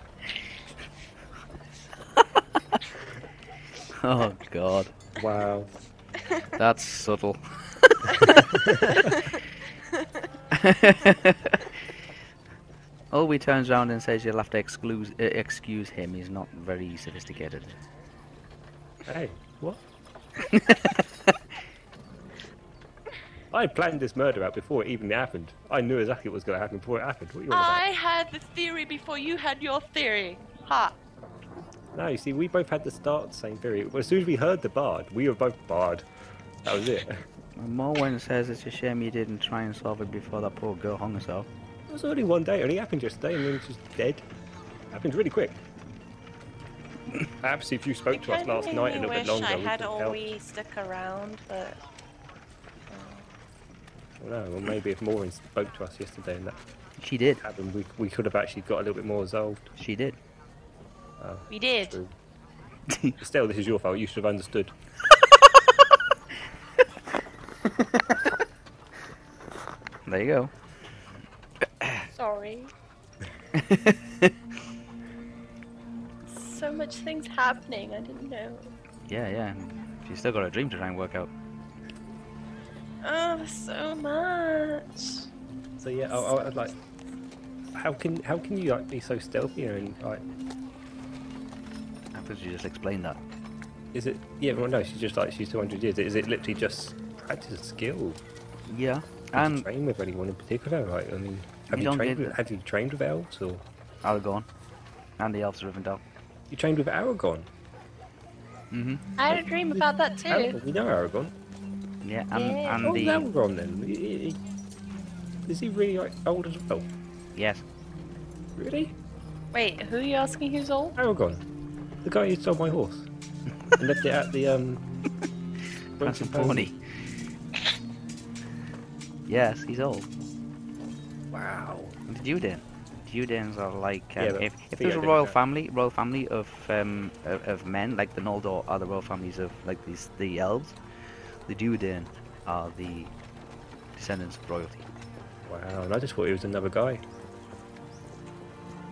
A: Oh God,
B: wow.
A: that's subtle. Olby turns around and says, "You'll have to excuse uh, excuse him. He's not very sophisticated."
B: Hey, what? I planned this murder out before it even happened. I knew exactly what was going to happen before it happened. What are you on about?
C: I had the theory before you had your theory. Ha!
B: No, you see, we both had the start same theory. Well, as soon as we heard the bard, we were both bard. That was it. there
A: Morwen says, "It's a shame you didn't try and solve it before that poor girl hung herself."
B: was only one day. It only happened yesterday, and then she's dead. Happened really quick. Perhaps if you spoke to us
C: kinda
B: last
C: made
B: night a
C: me
B: little bit
C: wish
B: longer,
C: I
B: we
C: had
B: could help.
C: always stuck around, but
B: Well, no, well, maybe if Maureen spoke to us yesterday and that
A: She did.
B: happened, we, we could have actually got a little bit more resolved.
A: She did.
B: Oh,
C: we did.
B: true. Still, this is your fault. You should have understood.
A: There you go.
C: Sorry. so much things happening. I didn't know.
A: Yeah, yeah. She's still got a dream to try and work out.
C: Oh, so much.
B: So yeah, I, I, I'd like. How can how can you like be so stealthy and like
A: I thought you just explained that.
B: is it? Yeah, everyone knows she's just like she's 200 years. Is it literally just practice and skill?
A: Yeah,
B: Have you
A: and
B: trained with anyone in particular? Like, I mean, have
A: You
B: you,
A: don't
B: trained?
A: get-
B: With, have you trained with elves or
A: Algon, and the elves of Rivendell.
B: you trained with Aragon?
A: hmm
C: I had a dream about that too.
B: Aragon, we know Aragon.
A: Yeah, and
C: Yeah.
A: and
B: Oh,
A: the
B: Aragon then. He- he- he- Is he really like, old as well?
A: yes,
B: Really?
C: Wait, who are you asking who's old?
B: Aragon, the guy who stole my horse and left it at the um. Branson
A: Branson Pony. yes, he's old.
B: Wow.
A: And The Dudan. Dudans are like um,
B: Yeah, but
A: if, if
B: the
A: there's a
B: Odin
A: royal
B: count.
A: family, royal family of um of, of men like the Noldor are the royal families of like these the elves. The Dudan are the descendants of royalty.
B: Wow. And I just thought he was another guy.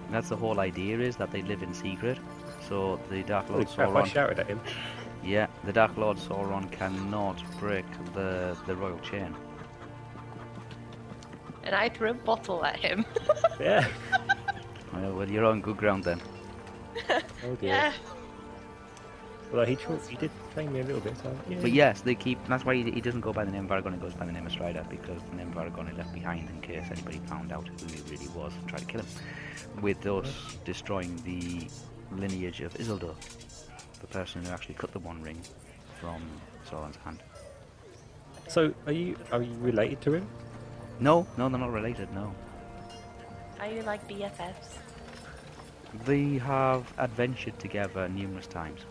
A: And that's the whole idea is that they live in secret. So the Dark
B: Holy
A: Lord
B: crap! I
A: Sauron,
B: shouted at him.
A: yeah, the Dark Lord Sauron cannot break the the royal chain.
C: And I threw a bottle at him.
B: Yeah.
A: Well, Uh, well, you're on good ground then.
B: Oh dear.
C: Yeah.
B: Although he, tra- he did train me a little bit, so yeah.
A: But yes, they keep. That's why he, he doesn't go by the name of Aragon. He goes by the name of Strider because the name of Aragon he left behind in case anybody found out who he really was and tried to kill him. With thus destroying the lineage of Isildur, the person who actually cut the One Ring from Sauron's hand.
B: So are you are you related to him?
A: No, no, they're not related. No,
C: Are you like BFFs?
A: they have adventured together numerous times.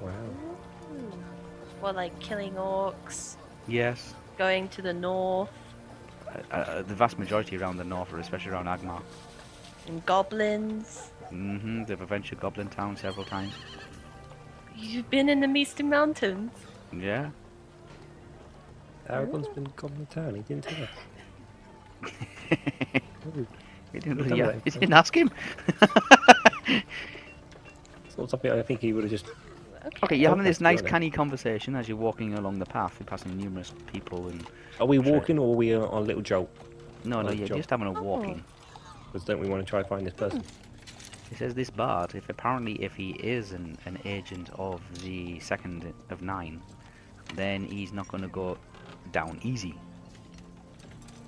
B: Wow.
C: Well, like killing orcs,
A: Yes,
C: going to the north,
A: uh, uh, the vast majority around the north, or especially around Agmar.
C: and goblins.
A: hmm They've adventured Goblin Town several times.
C: You've been in the Misty Mountains.
A: Yeah.
B: Aragon's been gone to town. He didn't tell us. Oh,
A: He didn't,
B: We've done
A: yeah,
B: that
A: he
B: before.
A: didn't ask him.
B: it's not something I think he would have just.
A: okay, you're having
B: Okay,
A: this nice,
B: got it.
A: canny conversation as you're walking along the path. You're passing numerous people and
B: Are we
A: Sure.
B: walking or are we uh, on a little jolt?
A: no, no,
B: Oh,
A: you're
B: job.
A: just having a
C: Oh.
A: walking.
B: Because don't we want to try and find this person?
A: It says this bard, if apparently if he is an, an agent of the second of nine, then he's not going to go down easy.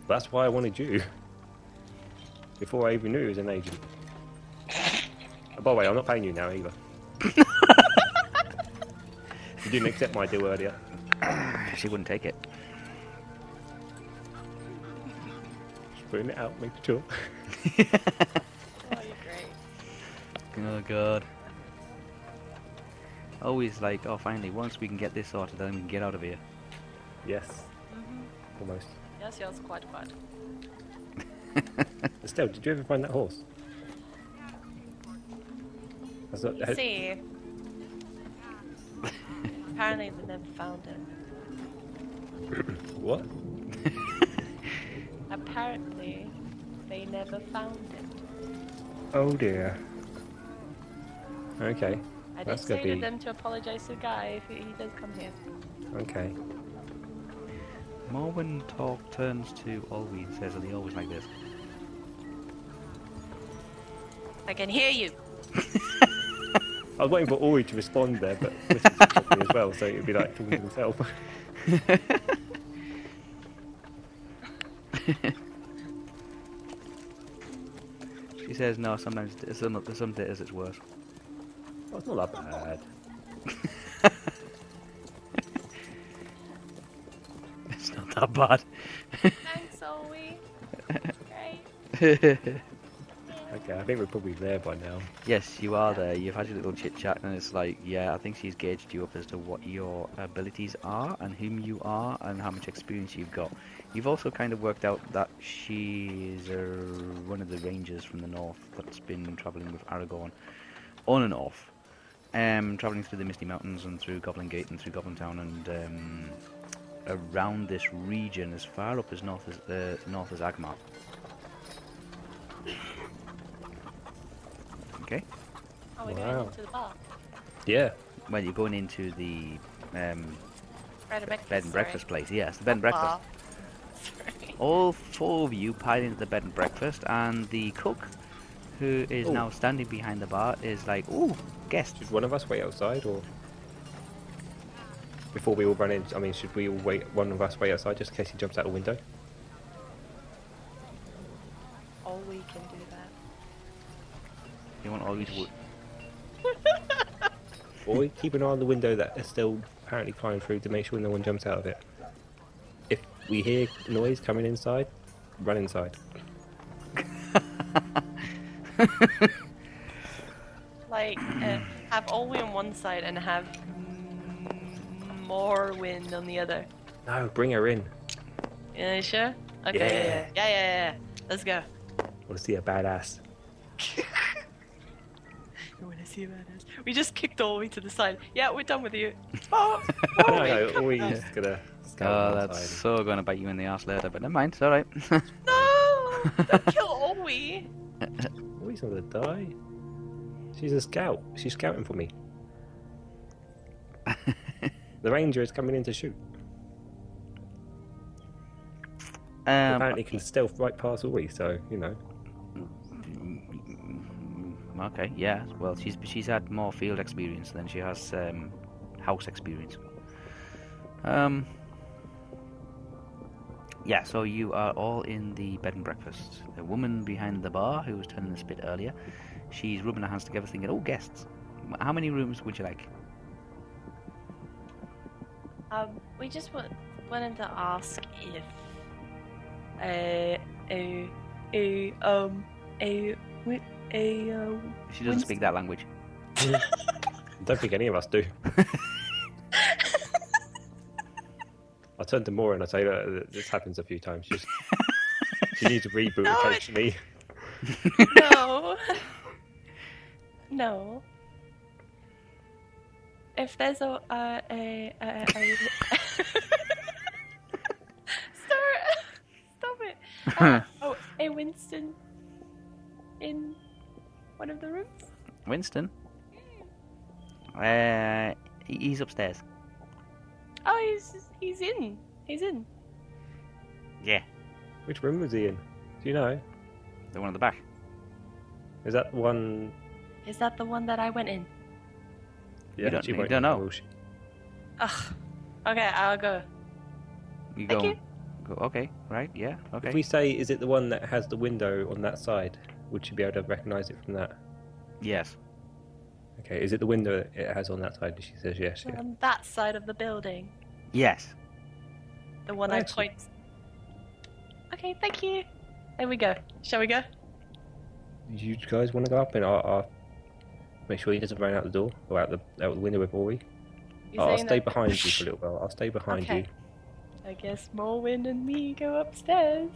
B: That's why I wanted you. Before I even knew he was an agent. Oh, by the way, I'm not paying you now either. you didn't accept my deal earlier.
A: she wouldn't take it.
B: Just putting it out, making sure.
C: Oh, you're great.
A: Oh god. Always like, oh, finally, once we can get this sorted, then we can get out of here.
B: Yes,
C: hmm
B: almost.
C: Yes, yes, quite bad.
B: Estelle, did you ever find that horse? That's not-
C: You see. Apparently, they never found it.
B: What?
C: Apparently, they never found it.
B: Oh dear. Okay,
C: I did
B: That's gonna
C: say to
B: be-
C: them to apologize to the guy if he, he does come here.
B: okay.
A: Morwen talk turns to Olwe and says, are they always like this?
C: I can hear you.
B: I was waiting for Ori to respond there, but listen to something as well, so it'd be like talking to himself.
A: She says no. Sometimes d- some some days it's worse.
B: oh, it's not that bad.
A: It's not that bad.
C: Thanks, Ollie. Great.
B: Okay, I think we're probably there by now.
A: yes, you are there. You've had your little chit chat, and it's like, yeah, I think she's gauged you up as to what your abilities are and whom you are and how much experience you've got. You've also kind of worked out that she's uh, one of the rangers from the north that's been traveling with Aragorn on and off, um, traveling through the Misty Mountains and through Goblin Gate and through Goblin Town and um, around this region as far up as north as uh, north as Agmar. Okay.
C: Are we
B: Wow.
C: going into the bar?
B: Yeah.
A: Well, you're going into the um,
C: Bed and breakfast.
A: bed and
C: sorry.
A: breakfast place. Yes, the bed and breakfast.
C: Bar. Sorry.
A: All four of you pile into the bed and breakfast, and the cook, who is
B: Oh.
A: now standing behind the bar, is like, "Ooh, guests."
B: Should one of us wait outside, or before we all run in, I mean, should we all wait, one of us wait outside just in case he jumps out a window?
C: All we can do that.
A: You want all these wood?
B: Boy, keep an eye on the window that is still apparently climbing through to make sure no one jumps out of it. If we hear noise coming inside, run inside.
C: Like, uh, have all wind on one side and have mm, more wind on the other.
B: No, bring her in.
C: Yeah, you sure? Okay. Yeah. Yeah.
B: Yeah.
C: Yeah. yeah, yeah, yeah. Let's go.
B: We'll see a badass.
C: You want to see about us? We just kicked all the way to the side. Yeah, we're done with you. Oh,
B: No,
C: oh,
B: no,
C: come
B: we're
C: on.
B: just gonna. scout
A: Oh,
B: outside.
A: that's so gonna bite you in the ass later, but never mind. It's all right.
C: No! Don't kill Olwe!
B: Always gonna die. She's a scout. She's scouting for me. the ranger is coming in to shoot.
A: um,
B: Apparently, can stealth right past Ori, so you know.
A: okay. Yeah. Well, she's she's had more field experience than she has um, house experience. Um. Yeah. So you are all in the bed and breakfast. The woman behind the bar, who was turning this bit earlier, she's rubbing her hands together, thinking, "Oh, guests. How many rooms would you like?"
C: Um, we just wa- wanted to ask if a a a um a wi- a um
A: She doesn't
C: Wednes-
A: speak that language.
B: Don't think any of us do. I turned to Maura and I say, Look, this happens a few times. Just, she needs a reboot
C: No, it-
B: occasionally.
C: no no if there's a uh, a a, a, a stop stop it Uh, oh a Winston in one of the rooms
A: Winston. Uh, he- he's upstairs.
C: oh he's he's in he's in
A: Yeah,
B: Which room was he in? Do you know?
A: the one at the back.
B: Is that one?
C: Is that the one that I went in?
A: don't-
B: she
A: you
B: won't
A: don't know.
B: will she?
C: Ugh. Okay, I'll go.
A: You
C: Thank
A: go.
C: you.
A: Go. Okay. Right. Yeah. Okay.
B: If we say, is it the one that has the window on that side? Would she be able to recognise it from that?
A: Yes.
B: Okay, is it the window that it has on that side? She says yes.
A: Um.
B: Yeah.
C: On that side of the building.
A: Yes.
C: The one I
B: Excellent.
C: point. Okay, thank you. There we go. Shall we go?
B: You guys want to go up and I'll, I'll make sure he doesn't run out the door or out the out the window with Ori.
C: You're
B: Oh, I'll
C: saying
B: stay
C: that-
B: behind you for a little while. I'll stay behind
C: Okay.
B: you.
C: I guess Morwin and me go upstairs.